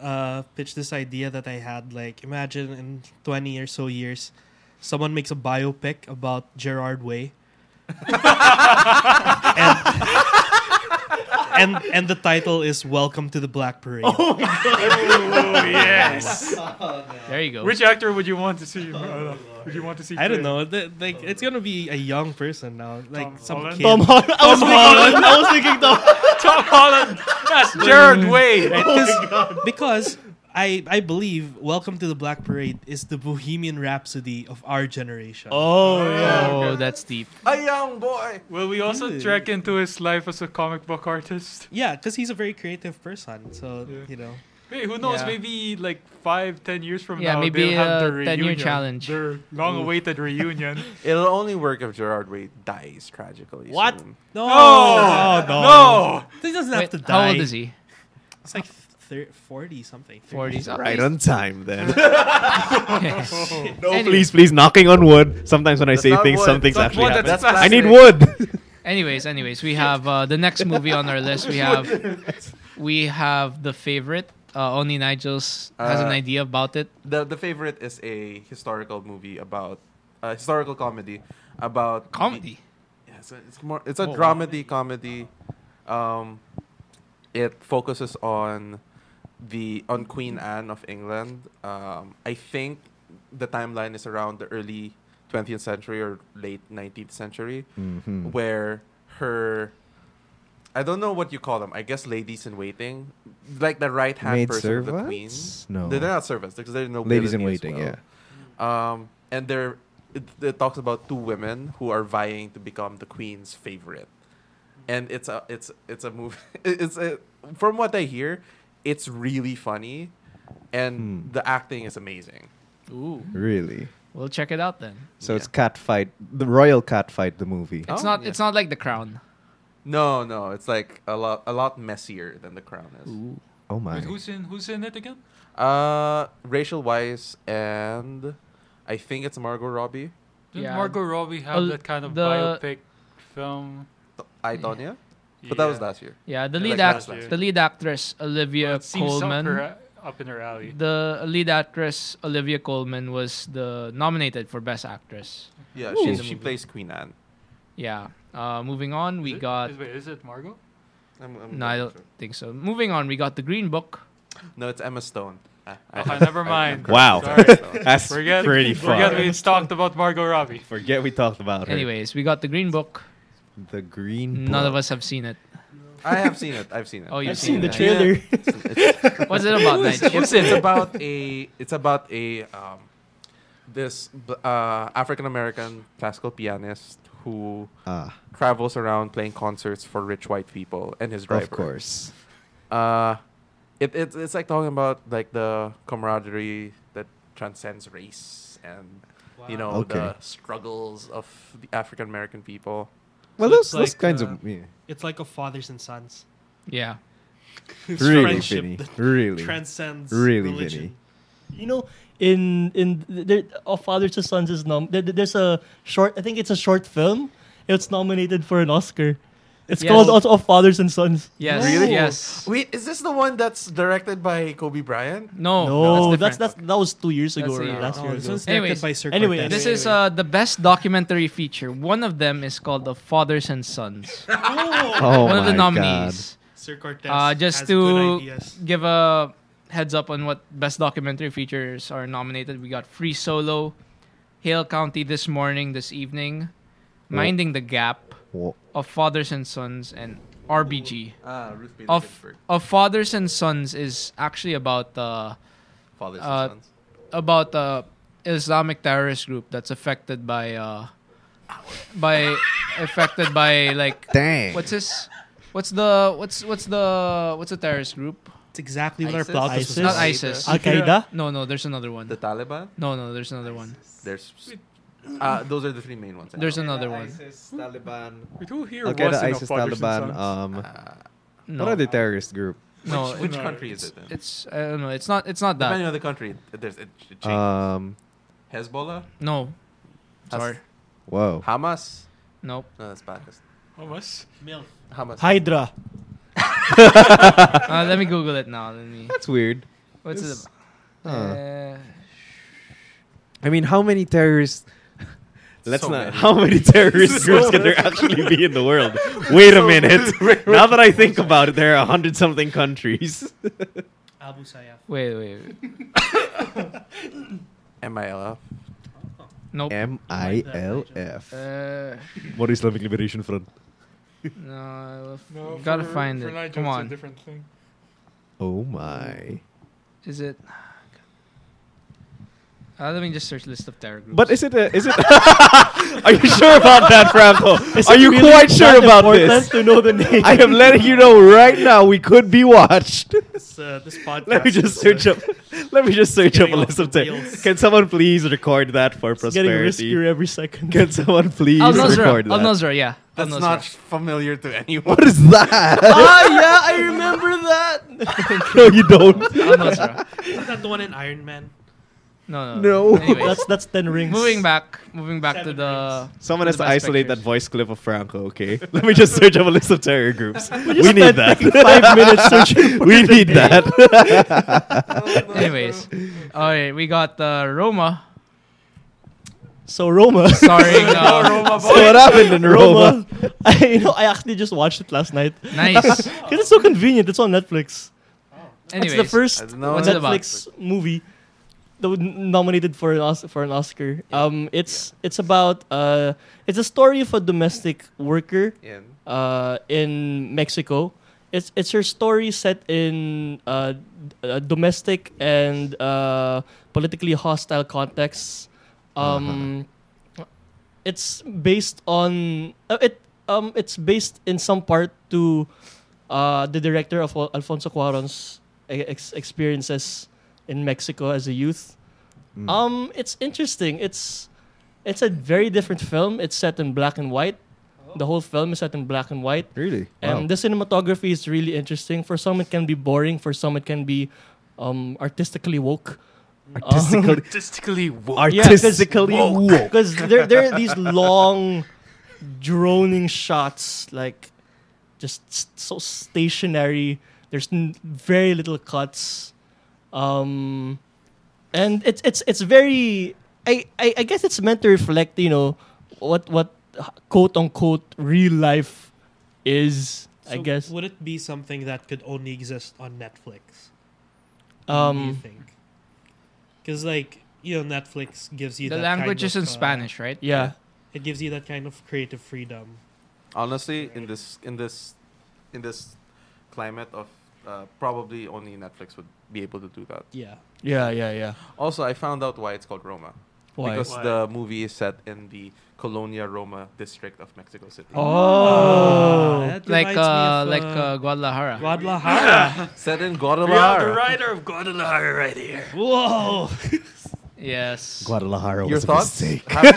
Speaker 5: uh, pitch this idea that I had. Like, imagine in 20 or so years, someone makes a biopic about Gerard Way. and, and and the title is Welcome to the Black Parade.
Speaker 7: Oh, yes.
Speaker 3: There you go.
Speaker 7: Which actor would you want to see? Uh, would you want to see?
Speaker 5: I don't
Speaker 7: play?
Speaker 5: know. th- like, it's gonna be a young person now, like
Speaker 7: Tom
Speaker 5: some
Speaker 7: Holland?
Speaker 5: kid.
Speaker 4: Tom Holland. I was thinking. I was thinking Tom.
Speaker 7: Tom Holland. That's Jared Way.
Speaker 5: Because, because I I believe Welcome to the Black Parade is the Bohemian Rhapsody of our generation.
Speaker 4: Oh yeah.
Speaker 3: Oh, that's deep.
Speaker 8: A young boy.
Speaker 7: Will we also
Speaker 5: Really?
Speaker 7: track into his life as a comic book artist?
Speaker 5: Yeah, because he's a very creative person. So
Speaker 7: Yeah.
Speaker 5: you know,
Speaker 7: Hey, who knows?
Speaker 3: Yeah.
Speaker 7: Maybe like five, ten years from
Speaker 3: Yeah,
Speaker 7: now,
Speaker 3: maybe
Speaker 7: they'll have
Speaker 3: a
Speaker 7: their
Speaker 3: 10-year
Speaker 7: reunion,
Speaker 3: challenge.
Speaker 7: Their long-awaited reunion.
Speaker 8: It'll only work if Gerard Way dies tragically.
Speaker 4: What?
Speaker 8: soon.
Speaker 5: no,
Speaker 7: No!
Speaker 5: Oh, no,
Speaker 7: Oh, no!
Speaker 5: He doesn't have
Speaker 3: Wait,
Speaker 5: to die.
Speaker 3: how old is he?
Speaker 5: It's like thir- 40 something. 30.
Speaker 3: 40s. At
Speaker 6: Right
Speaker 3: least-
Speaker 6: on time then.
Speaker 3: yes.
Speaker 6: no,
Speaker 3: Anyway.
Speaker 6: please, please, knocking on wood. Sometimes when I
Speaker 8: That's
Speaker 6: say
Speaker 8: not
Speaker 6: things,
Speaker 8: wood.
Speaker 6: some things
Speaker 8: It's not
Speaker 6: actually
Speaker 8: wood,
Speaker 6: happen.
Speaker 8: that's
Speaker 6: I need
Speaker 8: plastic.
Speaker 6: wood.
Speaker 3: Anyways, anyways, we have uh, the next movie on our list. We have we have the favorite. Uh, only Nigel's has an
Speaker 8: Uh,
Speaker 3: idea about it.
Speaker 8: The the favorite is a historical movie about a historical comedy about the-
Speaker 3: Comedy.
Speaker 8: Yeah, it's, a, it's more it's a
Speaker 5: Oh, wow.
Speaker 8: dramedy comedy. Um, it focuses on the on Queen Anne of England. Um, I think the timeline is around the early 20th century or late 19th century,
Speaker 6: Mm-hmm.
Speaker 8: where her I don't know what you call them. I guess ladies in waiting, like the right hand
Speaker 6: Maid
Speaker 8: person of the queen.
Speaker 6: servants? No.
Speaker 8: they're not servants because they're no
Speaker 6: Ladies in waiting, yeah.
Speaker 8: um, and there it, it talks about two women who are vying to become the queen's favorite, and it's a it's it's a movie. It's a, from what I hear, it's really funny, and the acting is amazing.
Speaker 3: Ooh,
Speaker 6: Really?
Speaker 3: we'll check it out then.
Speaker 6: So it's
Speaker 8: Yeah.
Speaker 6: cat fight, the royal cat fight, the movie.
Speaker 8: Oh,
Speaker 3: It's not.
Speaker 8: yeah.
Speaker 3: It's not like The Crown.
Speaker 8: No, no, it's like a lot a lot messier than The Crown is.
Speaker 6: Oh my!
Speaker 7: Wait, who's in who's in it again?
Speaker 8: Uh, Rachel Weisz and I think it's Margot Robbie.
Speaker 7: Didn't
Speaker 3: Yeah.
Speaker 7: Margot Robbie have
Speaker 3: Al-
Speaker 7: that kind of
Speaker 3: the-
Speaker 7: biopic film?
Speaker 8: I Tonya, but that was
Speaker 7: Yeah.
Speaker 8: last year.
Speaker 3: Yeah, the
Speaker 8: Yeah,
Speaker 3: lead
Speaker 8: like
Speaker 3: act,
Speaker 8: last year.
Speaker 3: the lead actress Olivia
Speaker 7: Well, it seems
Speaker 3: Coleman.
Speaker 7: Up, her, up in her alley.
Speaker 3: The lead actress Olivia Coleman was the nominated for Best Actress.
Speaker 8: Yeah,
Speaker 3: Ooh.
Speaker 8: she she plays Queen Anne.
Speaker 3: Yeah. Uh, moving on, we
Speaker 7: Is it-
Speaker 3: got.
Speaker 7: Is, wait, is it Margot?
Speaker 8: I'm, I'm
Speaker 3: No, I
Speaker 8: not
Speaker 3: don't
Speaker 8: sure.
Speaker 3: think so. Moving on, we got the Green Book.
Speaker 8: No, it's Emma Stone. Ah, I-
Speaker 3: Oh,
Speaker 7: Okay,
Speaker 8: I-
Speaker 7: never
Speaker 8: I-
Speaker 7: mind.
Speaker 6: Wow.
Speaker 7: Sorry.
Speaker 6: That's
Speaker 7: Forget,
Speaker 6: pretty
Speaker 7: forget
Speaker 6: far.
Speaker 7: we talked about Margot Robbie.
Speaker 6: Forget we talked about her.
Speaker 3: Anyways, we got the Green Book.
Speaker 6: the green.
Speaker 3: None
Speaker 6: Book.
Speaker 3: of us have seen it.
Speaker 8: I have seen it. I've seen it.
Speaker 3: Oh, you've
Speaker 4: I've seen the
Speaker 3: it.
Speaker 8: tra-
Speaker 4: trailer.
Speaker 8: It's, it's,
Speaker 3: What's it about, Nigel?
Speaker 8: it's, it's about a it's about a um, this b- uh, African American classical pianist who
Speaker 6: Ah,
Speaker 8: travels around playing concerts for rich white people and his driver.
Speaker 6: of course.
Speaker 8: Uh, it, it it's like talking about like the camaraderie that transcends race and you know
Speaker 6: Okay.
Speaker 8: the struggles of the African American people.
Speaker 6: Well,
Speaker 5: So it's
Speaker 6: those, those
Speaker 5: like,
Speaker 6: kinds
Speaker 5: uh,
Speaker 6: of yeah.
Speaker 5: It's like a fathers and sons.
Speaker 3: Yeah.
Speaker 5: It's
Speaker 6: really,
Speaker 5: friendship
Speaker 6: Vinny.
Speaker 5: that
Speaker 6: Really.
Speaker 5: transcends
Speaker 6: Really,
Speaker 5: religion.
Speaker 6: Vinny.
Speaker 4: you know in in there of fathers to sons is nom there, there's a short i think it's a short film it's nominated for an oscar it's
Speaker 3: Yes.
Speaker 4: called also of fathers and sons
Speaker 3: Yes.
Speaker 8: Really?
Speaker 3: Yes.
Speaker 8: Wait, is this the one that's directed by Kobe Bryant?
Speaker 3: No.
Speaker 4: no that's,
Speaker 3: different.
Speaker 4: that's that was two years
Speaker 3: That's
Speaker 4: ago or
Speaker 3: a year.
Speaker 4: last
Speaker 5: Oh,
Speaker 4: year
Speaker 5: this
Speaker 4: ago.
Speaker 5: one's directed
Speaker 3: Anyways.
Speaker 5: by Sir
Speaker 4: Anyway,
Speaker 5: Cortez.
Speaker 3: This is uh, the best documentary feature. One of them is called The Fathers and Sons. One
Speaker 6: Oh
Speaker 3: of the
Speaker 6: my God.
Speaker 3: nominees.
Speaker 5: Sir Cortez.
Speaker 3: Uh, just
Speaker 5: has good
Speaker 3: to
Speaker 5: ideas.
Speaker 3: give a heads up on what best documentary features are nominated, we got Free Solo, Hale County This Morning, This Evening, Minding the Gap,
Speaker 6: Wha-
Speaker 3: Of Fathers and Sons, and RBG.
Speaker 8: Ah, Ruth Bader
Speaker 3: Of,
Speaker 8: Ginsburg,
Speaker 3: of Fathers and Sons is actually about uh,
Speaker 8: Fathers
Speaker 3: uh,
Speaker 8: and Sons.
Speaker 3: about uh, Islamic terrorist group that's affected by uh, by affected by like
Speaker 6: Dang.
Speaker 3: what's this? What's the what's what's the what's a terrorist group?
Speaker 5: It's exactly what our
Speaker 8: ISIS?
Speaker 5: plot
Speaker 4: ISIS?
Speaker 5: was.
Speaker 3: Not
Speaker 5: about.
Speaker 3: ISIS.
Speaker 4: al qaeda
Speaker 3: No, no, there's another
Speaker 8: The
Speaker 3: one.
Speaker 8: Taliban.
Speaker 3: No, no, there's another one.
Speaker 8: There's. Uh, those are the three main ones. I
Speaker 3: There's
Speaker 8: know.
Speaker 3: another one.
Speaker 6: Taliban.
Speaker 7: Wait, who here
Speaker 6: Al Qaeda,
Speaker 7: was in
Speaker 6: ISIS,
Speaker 7: a Fathers and
Speaker 6: Taliban.
Speaker 7: Sons?
Speaker 6: Um,
Speaker 8: Uh,
Speaker 3: No,
Speaker 6: what are the terrorist group?
Speaker 3: no,
Speaker 8: which, which
Speaker 3: it-
Speaker 8: country is it? In?
Speaker 3: it's I don't know. It's not. It's not
Speaker 8: Depending
Speaker 3: that.
Speaker 8: on the country, it- there's it, it changes.
Speaker 6: Um,
Speaker 8: Hezbollah,
Speaker 3: No, sorry.
Speaker 6: whoa.
Speaker 8: Hamas.
Speaker 3: Nope.
Speaker 8: No, that's Pakistan.
Speaker 7: Almost.
Speaker 5: Milk.
Speaker 8: Hamas.
Speaker 4: hydra
Speaker 3: Uh, let me Google it now. Let me.
Speaker 6: That's weird.
Speaker 3: What's
Speaker 6: It's-
Speaker 3: it? About?
Speaker 6: Huh.
Speaker 3: Uh,
Speaker 6: I mean, how many terrorists? Let's
Speaker 8: So
Speaker 6: not.
Speaker 8: many.
Speaker 6: How many terrorist groups can there actually be in the world? Wait a minute. now that I think about it, there are a hundred something countries.
Speaker 5: Abu Sayyaf.
Speaker 3: wait, wait, wait.
Speaker 8: MILF.
Speaker 3: Nope.
Speaker 6: M I L F.
Speaker 3: Uh,
Speaker 6: What is Islamic Liberation Front?
Speaker 3: no, gotta find it. Come on.
Speaker 7: different thing.
Speaker 6: Oh my.
Speaker 3: Is it? Uh, let me just search list of terror groups.
Speaker 6: But is it? A, is it? are you sure about that, Frampo? Are you
Speaker 4: Really
Speaker 6: quite
Speaker 4: not
Speaker 6: sure about
Speaker 4: important
Speaker 6: this?
Speaker 4: to know the name
Speaker 6: I am letting you know right now. We could be watched.
Speaker 5: This, uh, this podcast.
Speaker 6: Let me just
Speaker 5: is,
Speaker 6: search
Speaker 5: uh,
Speaker 6: up. Let me just search up a
Speaker 5: Getting off
Speaker 6: list of
Speaker 5: the
Speaker 6: terrorists.
Speaker 5: wheels.
Speaker 6: Can someone please record that for
Speaker 4: it's getting
Speaker 6: prosperity?
Speaker 4: riskier every second
Speaker 6: Can someone please
Speaker 3: Al Nusra.
Speaker 6: record
Speaker 3: Al
Speaker 6: that?
Speaker 3: Nusra, yeah. Oh,
Speaker 8: That's
Speaker 3: no,
Speaker 8: not
Speaker 3: sorry.
Speaker 8: familiar to anyone.
Speaker 6: What is that?
Speaker 4: ah, yeah, I remember that.
Speaker 6: no, you don't.
Speaker 3: Oh, no, Sarah.
Speaker 5: Isn't that the one in Iron Man?
Speaker 3: No, no.
Speaker 6: No.
Speaker 3: Anyways,
Speaker 4: that's that's ten rings.
Speaker 3: moving back, moving back to
Speaker 5: Seven
Speaker 3: the.
Speaker 6: Someone
Speaker 3: to
Speaker 6: has
Speaker 3: the
Speaker 6: to
Speaker 3: best
Speaker 6: isolate
Speaker 3: pictures.
Speaker 6: that voice clip of Franco, okay? Let me just search up a list of terror groups. we
Speaker 4: just
Speaker 6: need
Speaker 4: spent
Speaker 6: that.
Speaker 4: like five minutes searching for
Speaker 6: we need that.
Speaker 3: Anyways, all right, we got uh, Roma
Speaker 4: So Roma.
Speaker 3: starring. Uh,
Speaker 6: so what happened in Roma?
Speaker 4: Roma. I, you know, I actually just watched it last night.
Speaker 3: nice.
Speaker 4: Because it's so convenient. It's on Netflix.
Speaker 3: Anyways,
Speaker 4: it's the
Speaker 8: I
Speaker 4: first
Speaker 8: don't know.
Speaker 3: What's it about?
Speaker 4: Netflix movie that was n- nominated for an Os- for an Oscar. Um, it's it's about uh, it's a story of a domestic worker
Speaker 8: In.
Speaker 4: uh, in Mexico. It's it's her story set in uh, d- uh, domestic and uh, politically hostile contexts. Um, It's based on uh, it. Um, it's based in some part to uh, the director of Al- Alfonso Cuarón's e- ex- experiences in Mexico as a youth. Um, it's interesting. It's it's a very different film. It's set in black and white. The whole film is set in black and white.
Speaker 6: Really?
Speaker 4: And the cinematography is really interesting. For some, it can be boring. For some, it can be um, artistically woke. Um,
Speaker 6: Artistically,
Speaker 7: Statistically, wo-
Speaker 6: artistically woke.
Speaker 4: Because there, there are these long, droning shots, like just s- so stationary. There's n- very little cuts, um, and it's it's it's very. I, I I guess it's meant to reflect, you know, what what quote unquote real life is. I
Speaker 5: So
Speaker 4: guess.
Speaker 5: Would it be something that could only exist on Netflix? do you
Speaker 4: Um,
Speaker 5: think? Because like you know, Netflix gives you
Speaker 3: the
Speaker 5: that
Speaker 3: language
Speaker 5: kind
Speaker 3: is
Speaker 5: of,
Speaker 3: in
Speaker 5: uh,
Speaker 3: Spanish, right?
Speaker 4: yeah.
Speaker 5: It gives you that kind of creative freedom.
Speaker 8: Honestly, in this in this in this climate of uh, probably only Netflix would be able to do that.
Speaker 5: Yeah.
Speaker 4: Yeah, yeah, yeah.
Speaker 8: Also, I found out why it's called Roma
Speaker 4: Why?
Speaker 8: because
Speaker 7: Why?
Speaker 8: the movie is set in the Colonia Roma district of Mexico City.
Speaker 4: oh.
Speaker 5: that
Speaker 3: Like
Speaker 5: reminds me
Speaker 3: uh,
Speaker 5: of,
Speaker 3: like uh, Guadalajara.
Speaker 5: Guadalajara.
Speaker 8: Set
Speaker 7: we are the
Speaker 8: in Guadalajara.
Speaker 7: rider of Guadalajara right here.
Speaker 5: Whoa.
Speaker 3: yes.
Speaker 6: Guadalajara
Speaker 8: Your
Speaker 6: was a
Speaker 8: thoughts?
Speaker 6: mistake.
Speaker 8: Have-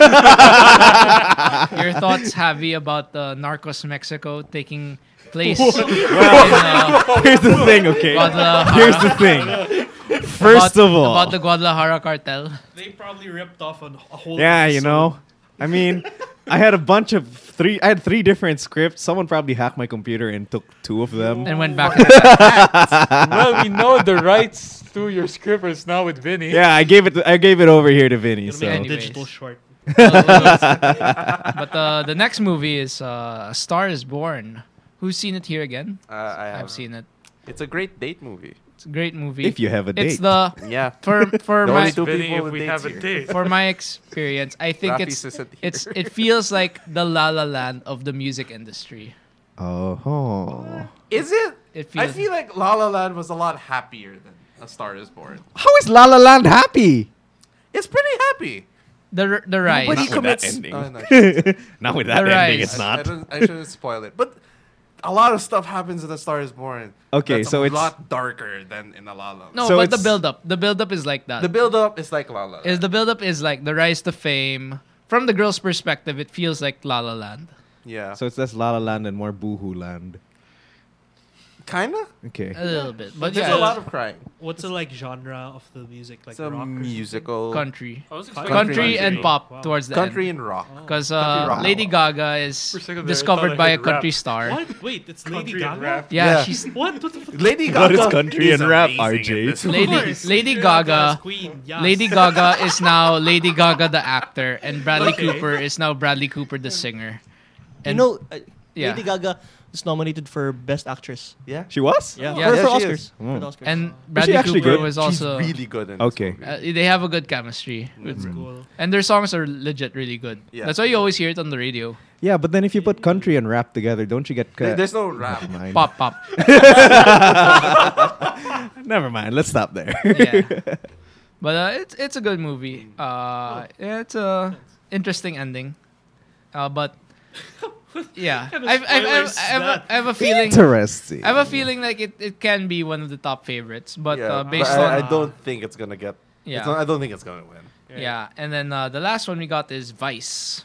Speaker 3: Your thoughts, Javi, about uh, Narcos Mexico taking place in uh,
Speaker 6: Here's the thing, okay?
Speaker 4: uh,
Speaker 3: Guadalajara?
Speaker 6: Here's the thing. First
Speaker 3: about,
Speaker 6: of all,
Speaker 3: about the Guadalajara cartel.
Speaker 5: they probably ripped off on a whole.
Speaker 6: Yeah, you know. I mean, I had a bunch of three. I had three different scripts. Someone probably hacked my computer and took two of them.
Speaker 3: and went back. and-
Speaker 7: well, we know the rights to your script is now with Vinny.
Speaker 6: Yeah, I gave it. I gave it over here to Vinny.
Speaker 5: Gonna
Speaker 6: So
Speaker 5: make a
Speaker 3: Anyways.
Speaker 5: digital short.
Speaker 3: but uh, the next movie is uh, A Star Is Born. Who's seen it here again?
Speaker 8: uh, I have
Speaker 3: I've seen it.
Speaker 8: It's a great date movie.
Speaker 3: It's a great movie.
Speaker 6: if you have a date,
Speaker 3: it's the
Speaker 8: Yeah.
Speaker 3: for for
Speaker 8: The
Speaker 3: my
Speaker 8: only two
Speaker 7: Vinny,
Speaker 8: people
Speaker 7: if
Speaker 8: with
Speaker 7: we
Speaker 8: dates
Speaker 7: have
Speaker 8: here.
Speaker 7: a date.
Speaker 3: for my experience, I think
Speaker 8: Rafi
Speaker 3: it's
Speaker 8: isn't here.
Speaker 3: it's it feels like the La La Land of the music industry.
Speaker 6: oh,
Speaker 8: Is it?
Speaker 3: It
Speaker 8: I
Speaker 3: feels-
Speaker 8: feel like La La Land was a lot happier than A Star Is Born.
Speaker 6: how is La La Land happy?
Speaker 8: It's pretty happy.
Speaker 3: The the rise.
Speaker 8: But he
Speaker 6: with that
Speaker 8: commits.
Speaker 6: ending.
Speaker 8: Oh, no, I
Speaker 6: Not with
Speaker 3: The
Speaker 6: that
Speaker 3: Rise.
Speaker 6: ending, it's
Speaker 8: I,
Speaker 6: not.
Speaker 8: don't, I shouldn't spoil it. But a lot of stuff happens in A Star Is Born.
Speaker 6: Okay,
Speaker 8: that's
Speaker 6: so
Speaker 8: a
Speaker 6: it's-
Speaker 8: lot darker than in a La La Land.
Speaker 3: no,
Speaker 6: so
Speaker 3: but the
Speaker 6: it's-
Speaker 3: build up. The build up is like that.
Speaker 8: the build up is like La La. Land.
Speaker 3: is the build up is like the rise to fame. From the girl's perspective, it feels like La La Land.
Speaker 8: yeah,
Speaker 6: So
Speaker 8: so
Speaker 6: it's less La La Land and more Boohoo Land.
Speaker 8: kinda.
Speaker 6: Okay.
Speaker 3: A little bit. But
Speaker 8: There's
Speaker 3: yeah,
Speaker 8: a lot of crying.
Speaker 5: What's the like genre of the music? Like
Speaker 8: It's a
Speaker 5: rock or something?
Speaker 8: musical
Speaker 3: country.
Speaker 7: I was
Speaker 5: Country.
Speaker 3: country, and pop
Speaker 5: Wow.
Speaker 3: towards the
Speaker 8: country
Speaker 3: end.
Speaker 8: and rock.
Speaker 3: Because
Speaker 8: Country
Speaker 3: uh,
Speaker 8: rock.
Speaker 3: Lady Gaga is
Speaker 7: For a second there, I thought I
Speaker 3: discovered by a
Speaker 7: heard rap.
Speaker 3: country star.
Speaker 5: What? Wait, it's Lady
Speaker 7: Country and
Speaker 5: Gaga.
Speaker 7: rap.
Speaker 3: Yeah,
Speaker 8: Yeah.
Speaker 3: she's
Speaker 5: What? What the fuck?
Speaker 8: Lady
Speaker 6: What
Speaker 8: Gaga.
Speaker 6: is country
Speaker 8: is
Speaker 6: and rap,
Speaker 8: amazing in
Speaker 6: RJ?
Speaker 8: this
Speaker 3: Lady
Speaker 8: movie.
Speaker 3: Lady
Speaker 5: Lady Gaga is
Speaker 3: Gaga.
Speaker 5: Queen. Yes.
Speaker 3: Lady Gaga is now Lady Gaga the actor, and Bradley
Speaker 5: Okay.
Speaker 3: Cooper is now Bradley Cooper the singer.
Speaker 4: You
Speaker 3: And-
Speaker 4: know, uh,
Speaker 3: yeah.
Speaker 4: Lady Gaga was nominated for Best Actress.
Speaker 8: Yeah.
Speaker 6: She was?
Speaker 3: Yeah,
Speaker 4: Yeah,
Speaker 3: Mm.
Speaker 4: for,
Speaker 8: yeah,
Speaker 4: for
Speaker 8: she
Speaker 4: Oscars.
Speaker 8: is.
Speaker 4: For the Oscars.
Speaker 3: And Bradley Cooper
Speaker 6: actually good?
Speaker 3: was
Speaker 8: She's
Speaker 3: also.
Speaker 8: really good in this
Speaker 6: Okay.
Speaker 8: movie.
Speaker 3: uh, they have a good chemistry,
Speaker 5: That's cool.
Speaker 3: and their songs are legit really good.
Speaker 8: Yeah.
Speaker 3: That's why you always hear it on the radio.
Speaker 6: Yeah, but then if you put country and rap together, don't you get
Speaker 8: There-
Speaker 6: cut?
Speaker 8: There's no rap.
Speaker 6: Never mind.
Speaker 3: Pop pop.
Speaker 6: Never mind. Let's stop there.
Speaker 3: yeah. But uh, it's it's a good movie. Uh, yeah, it's a interesting ending. Uh, but yeah,
Speaker 5: kind of
Speaker 3: I've, I've,
Speaker 5: spoiler
Speaker 3: I've,
Speaker 5: is
Speaker 3: I've, a-
Speaker 5: that?
Speaker 3: I have a feeling.
Speaker 6: Interesting.
Speaker 3: I have a feeling like it, it can be one of the top favorites, but
Speaker 8: yeah,
Speaker 3: uh, based
Speaker 8: but I,
Speaker 3: on
Speaker 8: I don't think it's gonna get. Yeah.
Speaker 3: Yeah.
Speaker 8: Not, I don't think it's gonna win.
Speaker 3: yeah, and then uh, the last one we got is Vice.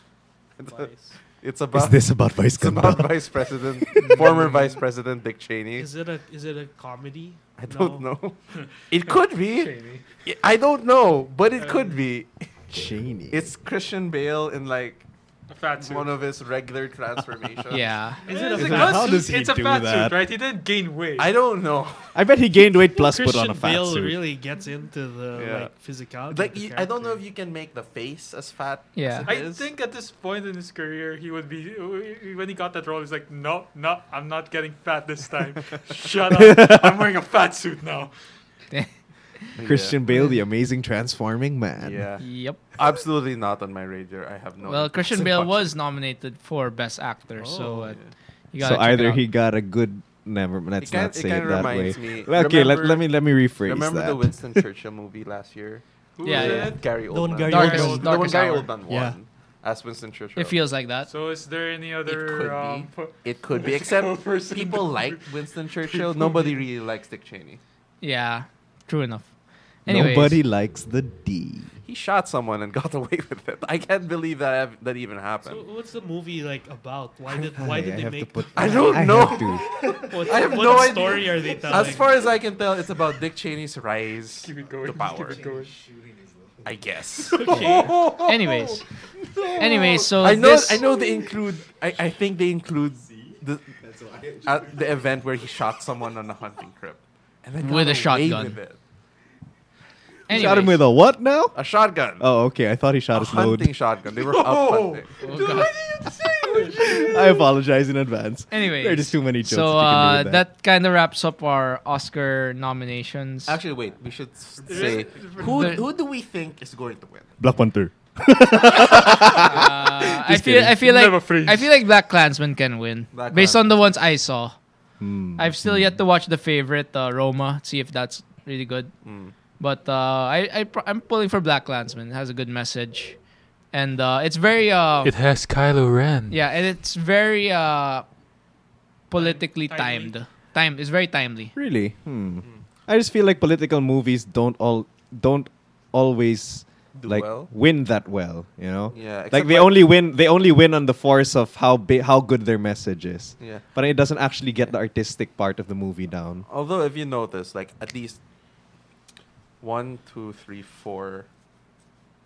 Speaker 8: It's about
Speaker 6: this about vice
Speaker 8: it's about Vice President, former Vice President Dick Cheney.
Speaker 5: Is it a is it a comedy?
Speaker 8: I don't know. it could be. I don't know, but it could
Speaker 3: Uh,
Speaker 8: be.
Speaker 6: Cheney?
Speaker 8: It's Christian Bale in like
Speaker 7: A fat suit.
Speaker 8: one of his regular transformations.
Speaker 3: Yeah.
Speaker 7: Is it
Speaker 6: Is
Speaker 7: a
Speaker 6: it-
Speaker 7: fat
Speaker 6: how
Speaker 7: suit?
Speaker 6: does he
Speaker 7: it's a
Speaker 6: do
Speaker 7: fat
Speaker 6: that?
Speaker 7: suit, right? He didn't gain weight.
Speaker 8: I don't know.
Speaker 6: I bet he gained weight plus
Speaker 5: Christian
Speaker 6: put on a fat
Speaker 5: Bale
Speaker 6: suit.
Speaker 5: really gets into the
Speaker 8: Yeah.
Speaker 5: like physicality.
Speaker 8: Like
Speaker 5: of the
Speaker 8: you, I don't know if
Speaker 5: character.
Speaker 8: you can make the face as fat.
Speaker 3: Yeah.
Speaker 8: As it
Speaker 7: I
Speaker 8: is.
Speaker 7: think at this point in his career, he would be when he got that role. He's like, no, no, I'm not getting fat this time. Shut up! I'm wearing a fat suit now.
Speaker 8: Yeah.
Speaker 6: Christian Bale, the amazing transforming man.
Speaker 8: Yeah.
Speaker 3: Yep.
Speaker 8: Absolutely not on my radar. I have no.
Speaker 3: well,
Speaker 8: interest
Speaker 3: Christian
Speaker 8: in
Speaker 3: Bale
Speaker 8: watching.
Speaker 3: was nominated for Best Actor,
Speaker 8: Oh,
Speaker 3: so uh, you gotta
Speaker 6: So
Speaker 3: check it
Speaker 6: either
Speaker 3: out.
Speaker 6: he got a good. Never. Let's
Speaker 8: kinda-
Speaker 6: not
Speaker 8: it
Speaker 6: say
Speaker 8: kinda
Speaker 6: it that way.
Speaker 8: reminds me-
Speaker 6: okay. Let,
Speaker 8: remember-
Speaker 6: let me let me rephrase
Speaker 8: Remember
Speaker 6: that.
Speaker 8: the Winston Churchill movie last year?
Speaker 7: Who
Speaker 3: Yeah,
Speaker 7: is
Speaker 8: With
Speaker 3: yeah.
Speaker 7: it?
Speaker 8: Gary Oldman.
Speaker 4: The one Gary
Speaker 3: Darkest-
Speaker 8: Oldman. the one
Speaker 3: Darkest
Speaker 8: Gary
Speaker 3: Hour.
Speaker 8: Oldman won
Speaker 4: Yeah.
Speaker 8: as Winston Churchill.
Speaker 3: It feels like that.
Speaker 7: So is there any other?
Speaker 8: could be.
Speaker 7: um, po-
Speaker 8: It could be,
Speaker 7: Political
Speaker 8: except
Speaker 7: person.
Speaker 8: people like Winston Churchill. Nobody really likes Dick Cheney.
Speaker 3: Yeah. True enough. Anyways,
Speaker 6: Nobody likes the D.
Speaker 8: He shot someone and got away with it. I can't believe that ev- that even happened.
Speaker 5: So what's the movie like about? Why did why did they make? the-
Speaker 8: I don't
Speaker 6: have
Speaker 8: know.
Speaker 6: to.
Speaker 5: What,
Speaker 8: I have
Speaker 5: what
Speaker 8: no idea.
Speaker 5: story are they telling?
Speaker 8: as far as I can tell, it's about Dick Cheney's rise
Speaker 7: Keep it going.
Speaker 8: to
Speaker 7: just
Speaker 8: power.
Speaker 7: Keep it going.
Speaker 8: I guess.
Speaker 3: Anyways. Anyways, so
Speaker 8: I know.
Speaker 3: this,
Speaker 8: I know they include. I, I think they include the at the event where he shot someone on a hunting trip, and then
Speaker 3: With
Speaker 8: got
Speaker 3: a
Speaker 8: away
Speaker 3: shotgun.
Speaker 8: with it.
Speaker 3: Anyways,
Speaker 6: Shot him with a what now?
Speaker 8: A shotgun.
Speaker 6: Oh, okay. I thought he
Speaker 8: a
Speaker 6: shot his
Speaker 8: hunting
Speaker 6: load.
Speaker 8: shotgun. They were out hunting.
Speaker 3: oh God.
Speaker 6: I apologize in advance.
Speaker 3: Anyways,
Speaker 6: there are just too many jokes.
Speaker 3: So
Speaker 6: that you can do
Speaker 3: uh,
Speaker 6: with that.
Speaker 3: that kind of wraps up our Oscar nominations.
Speaker 8: Actually, wait. We should s- say who
Speaker 3: The-
Speaker 8: who do we think is going to win?
Speaker 6: Black Panther.
Speaker 3: Uh, I feel I feel
Speaker 7: Never
Speaker 3: like
Speaker 7: freeze.
Speaker 3: I feel like Black Klansman can win
Speaker 8: Black
Speaker 3: based
Speaker 8: Klansman.
Speaker 3: on the ones I saw.
Speaker 7: Hmm.
Speaker 3: I've still yet to watch the favorite uh, Roma. See if that's really good.
Speaker 5: Hmm.
Speaker 3: But uh, I, I pr- I'm pulling for Black Klansman. It has a good message, and uh, it's very uh,
Speaker 7: It has Kylo Ren.
Speaker 3: yeah, and it's very uh, politically
Speaker 5: Timely.
Speaker 3: timed. Time is very timely.
Speaker 6: Really? Hmm. I just feel like political movies don't all don't always
Speaker 8: Do
Speaker 6: like
Speaker 8: well?
Speaker 6: win that well. You know.
Speaker 8: Yeah,
Speaker 6: Like
Speaker 8: except
Speaker 6: they
Speaker 8: like-
Speaker 6: only win they only win on the force of how big how good their message is.
Speaker 8: Yeah.
Speaker 6: But it doesn't actually get the artistic part of the movie down.
Speaker 8: Although, if you notice, like at least one, two, three, four,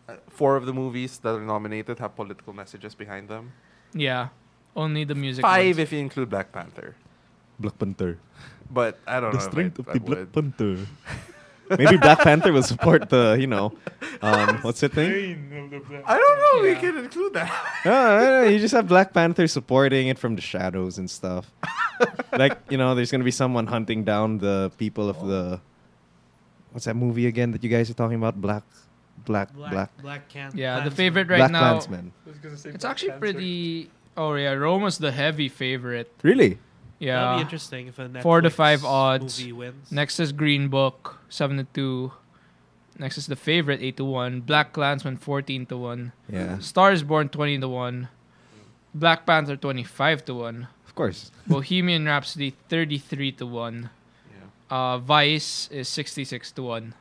Speaker 8: uh, four of the movies that are nominated have political messages behind them.
Speaker 3: Yeah, only the music.
Speaker 8: Five,
Speaker 3: ones.
Speaker 8: if you include Black Panther.
Speaker 6: Black Panther.
Speaker 8: But I don't
Speaker 6: the
Speaker 8: know.
Speaker 6: strength
Speaker 8: if
Speaker 6: of
Speaker 8: I,
Speaker 6: the
Speaker 8: I
Speaker 6: Black
Speaker 8: would.
Speaker 6: Panther. Maybe Black Panther will support the, you know, um, what's the thing?
Speaker 8: I don't know.
Speaker 3: Yeah.
Speaker 8: We can include that.
Speaker 6: No, no, no, you just have Black Panther supporting it from the shadows and stuff. like, you know, there's going to be someone hunting down the people of the. What's that movie again that you guys are talking about? Black. Black. Black.
Speaker 5: black
Speaker 6: Black,
Speaker 5: black can.
Speaker 3: yeah, the
Speaker 5: Klansman.
Speaker 3: favorite right
Speaker 6: Black
Speaker 3: now.
Speaker 6: Klansman.
Speaker 3: It's actually pretty. Oh yeah, Roma's the heavy favorite.
Speaker 6: Really?
Speaker 5: That'd be
Speaker 3: Yeah.
Speaker 5: interesting if a Netflix
Speaker 3: Four to five odds.
Speaker 5: movie wins.
Speaker 3: Next is Green Book seven to two. Next is the favorite eight to one. Black Klansman fourteen to one.
Speaker 6: Yeah.
Speaker 3: Star is Born twenty to one. Black Panther twenty five to one.
Speaker 6: Of course.
Speaker 3: Bohemian Rhapsody thirty three to one. Uh, Vice is sixty six to one.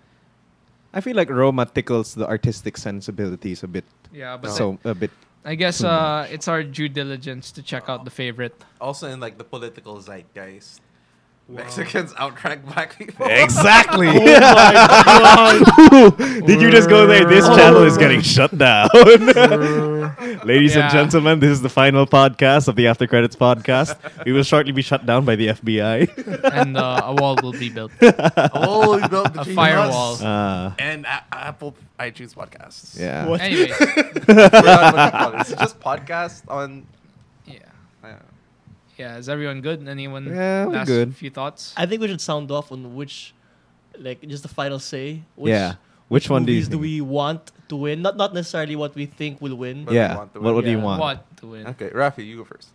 Speaker 6: I feel like Roma tickles the artistic sensibilities a bit.
Speaker 3: Yeah, but
Speaker 6: So, a bit.
Speaker 3: I guess
Speaker 6: too
Speaker 3: uh, it's our due diligence to check out the favorite.
Speaker 8: Also, in like the political zeitgeist, Mexicans outrank black people.
Speaker 6: Exactly. Did you just go there? This channel is getting shut down. Ladies
Speaker 3: Yeah.
Speaker 6: and gentlemen, this is the final podcast of the After Credits podcast. We will shortly be shut down by the FBI.
Speaker 3: and uh, a wall will be built.
Speaker 8: Oh, you know, between
Speaker 3: firewall.
Speaker 8: us
Speaker 6: Ah,
Speaker 8: And a- Apple iTunes podcasts.
Speaker 6: yeah.
Speaker 4: What?
Speaker 3: Anyways,
Speaker 8: I forgot what they call it. Is it just podcast on.
Speaker 3: yeah,
Speaker 8: I don't know.
Speaker 3: yeah. Is everyone good? Anyone?
Speaker 6: Yeah, we're
Speaker 3: last
Speaker 6: good.
Speaker 3: Few thoughts.
Speaker 4: I think we should sound off on which, like, just the final say. Which
Speaker 6: yeah. Which one do you
Speaker 4: movies do
Speaker 6: think?
Speaker 4: we want to win? Not not necessarily what we think will win.
Speaker 8: But-
Speaker 6: yeah.
Speaker 8: want to
Speaker 6: What
Speaker 8: win.
Speaker 6: would you
Speaker 4: Yeah.
Speaker 6: want?
Speaker 3: What to win?
Speaker 8: Okay, Rafi, you go first.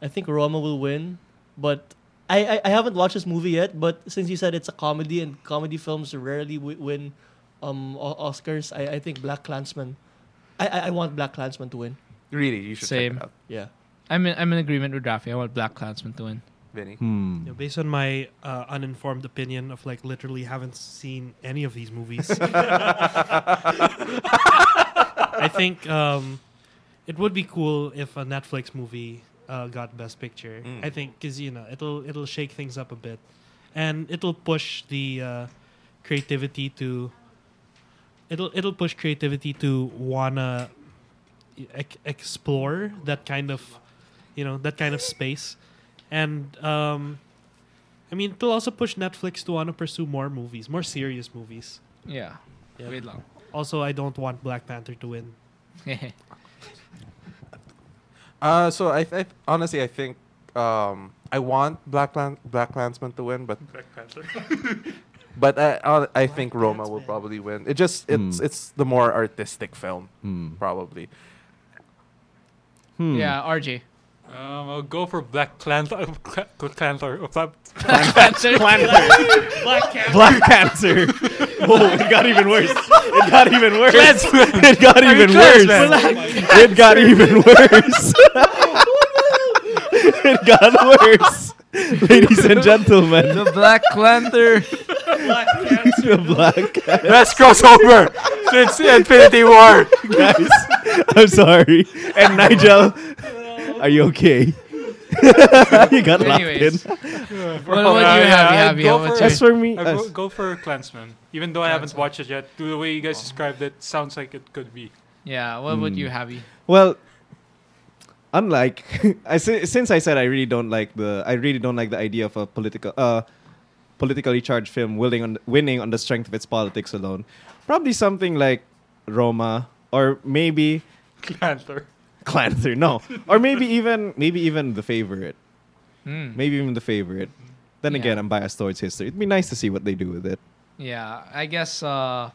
Speaker 4: I think Roma will win, but I, I, I haven't watched this movie yet. But since you said it's a comedy and comedy films rarely w- win um, o- Oscars, I, I think Black Klansman. I, I, I want Black Klansman to win.
Speaker 8: Really, you should
Speaker 3: Same.
Speaker 8: check it out.
Speaker 4: Yeah.
Speaker 3: I'm in, I'm in agreement with Rafi. I want Black Klansman to win.
Speaker 8: Vinny.
Speaker 6: Hmm.
Speaker 5: Yeah, based on my uh, uninformed opinion of like literally haven't seen any of these movies. I think um, It would be cool if a Netflix movie uh, got Best Picture.
Speaker 8: Mm.
Speaker 5: I think because you know it'll it'll shake things up a bit, and it'll push the uh, creativity to. It'll it'll push creativity to wanna ec- explore that kind of, you know, that kind of space, and um, I mean it'll also push Netflix to wanna pursue more movies, more serious movies.
Speaker 3: Yeah.
Speaker 5: Yeah.
Speaker 3: Wait lang.
Speaker 5: Also, I don't want Black Panther to win.
Speaker 8: Uh, so I, th- I th- honestly I think um, I want Black Lan- Black Klansman to win, but
Speaker 7: Black Panther.
Speaker 8: but I I- I think
Speaker 5: Black
Speaker 8: Roma will
Speaker 5: Klansman.
Speaker 8: probably win. It just it's
Speaker 6: Hmm.
Speaker 8: it's the more artistic film
Speaker 6: Hmm.
Speaker 8: probably.
Speaker 6: Hmm.
Speaker 3: Yeah, RJ.
Speaker 7: Um, I'll go for Black Panther. Black Panther.
Speaker 3: Panther.
Speaker 6: Black Panther. Whoa, Oh, it got even worse. It got even worse. It got even worse. It got even worse. it got worse. Ladies and gentlemen,
Speaker 3: the Black Panther.
Speaker 6: the black
Speaker 7: Let's crossover since Infinity War.
Speaker 6: guys. I'm sorry. And Nigel, are you okay? you got laughed in.
Speaker 3: Anyways. What, what do you have? You have, you have what's
Speaker 7: for-
Speaker 6: As for me, uh,
Speaker 7: I
Speaker 6: as-
Speaker 7: go, go for Clansman, even though I haven't
Speaker 3: Klansman.
Speaker 7: watched it yet. The way you guys described it sounds like it could be.
Speaker 3: Yeah, what would
Speaker 6: Hmm.
Speaker 3: you have? E?
Speaker 6: Well, unlike I si- since I said I really don't like the I really don't like the idea of a political uh politically charged film winning on winning on the strength of its politics alone. Probably something like Roma or maybe
Speaker 7: Panther.
Speaker 6: Clanther. No, or maybe even maybe even the favorite.
Speaker 3: Hmm.
Speaker 6: Maybe even the favorite. Then
Speaker 3: Yeah.
Speaker 6: again, I'm biased towards history. It'd be nice to see what they do with it.
Speaker 3: Yeah, I guess uh,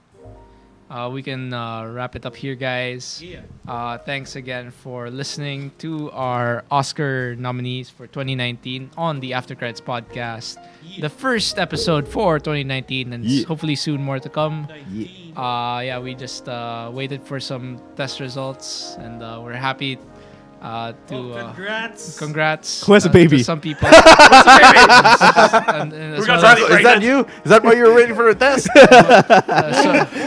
Speaker 3: uh, we can uh, wrap it up here, guys.
Speaker 5: Yeah.
Speaker 3: Uh, thanks again for listening to our Oscar nominees for 2019 on the After Credits podcast. The first episode for 2019, and s-
Speaker 6: Yeah.
Speaker 3: hopefully soon more to come.
Speaker 6: Yeah.
Speaker 3: Uh, yeah, we just uh, waited for some test results, and uh, we're happy uh, to. uh,
Speaker 5: congrats.
Speaker 3: Congrats.
Speaker 6: Who has a
Speaker 3: uh,
Speaker 6: baby?
Speaker 3: To some people. Who has a baby? And- and as well as-
Speaker 8: Is that you? Is that why you were waiting for a test?
Speaker 3: uh, so-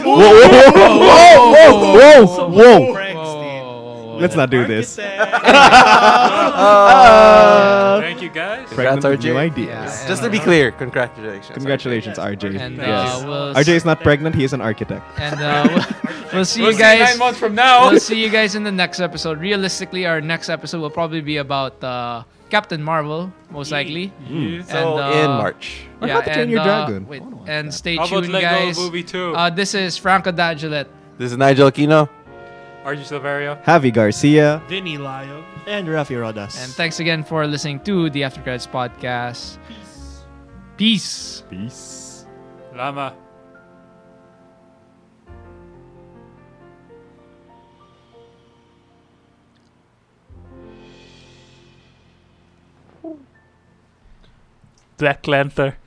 Speaker 6: Whoa, whoa, whoa, whoa, whoa, whoa, whoa, whoa.
Speaker 3: Whoa.
Speaker 6: Let's not do this.
Speaker 3: uh,
Speaker 7: Thank you guys.
Speaker 6: Pregnant with
Speaker 8: Congrats,
Speaker 6: new
Speaker 8: RJ.
Speaker 6: ideas.
Speaker 3: Yeah,
Speaker 8: Just to be clear, congratulations.
Speaker 6: Congratulations, RJ.
Speaker 3: And uh,
Speaker 6: yes.
Speaker 3: we'll
Speaker 6: RJ is not pregnant. He is an architect.
Speaker 3: and uh, we'll, we'll see
Speaker 7: We'll
Speaker 3: you
Speaker 7: see
Speaker 3: guys.
Speaker 7: nine months from now.
Speaker 3: We'll see you guys in the next episode. Realistically, our next episode will probably be about uh, Captain Marvel, most likely.
Speaker 7: Yes.
Speaker 8: So
Speaker 3: And, uh,
Speaker 8: in March.
Speaker 6: Or How to Train Your
Speaker 3: uh,
Speaker 6: Dragon.
Speaker 3: wait,
Speaker 6: I wanna watch
Speaker 3: and
Speaker 6: that.
Speaker 3: stay
Speaker 7: How about
Speaker 3: tuned,
Speaker 7: Lego
Speaker 3: guys.
Speaker 7: Movie 2?
Speaker 3: Uh, this is Franco Dagelet.
Speaker 8: This is Nigel Aquino.
Speaker 7: Are you Silveria?
Speaker 6: Javi Garcia.
Speaker 5: Vinny Lyle.
Speaker 4: And Rafi Rodas.
Speaker 3: And thanks again for listening to the After Credits podcast.
Speaker 5: Peace.
Speaker 3: Peace.
Speaker 6: Peace.
Speaker 7: Lama. Black Panther.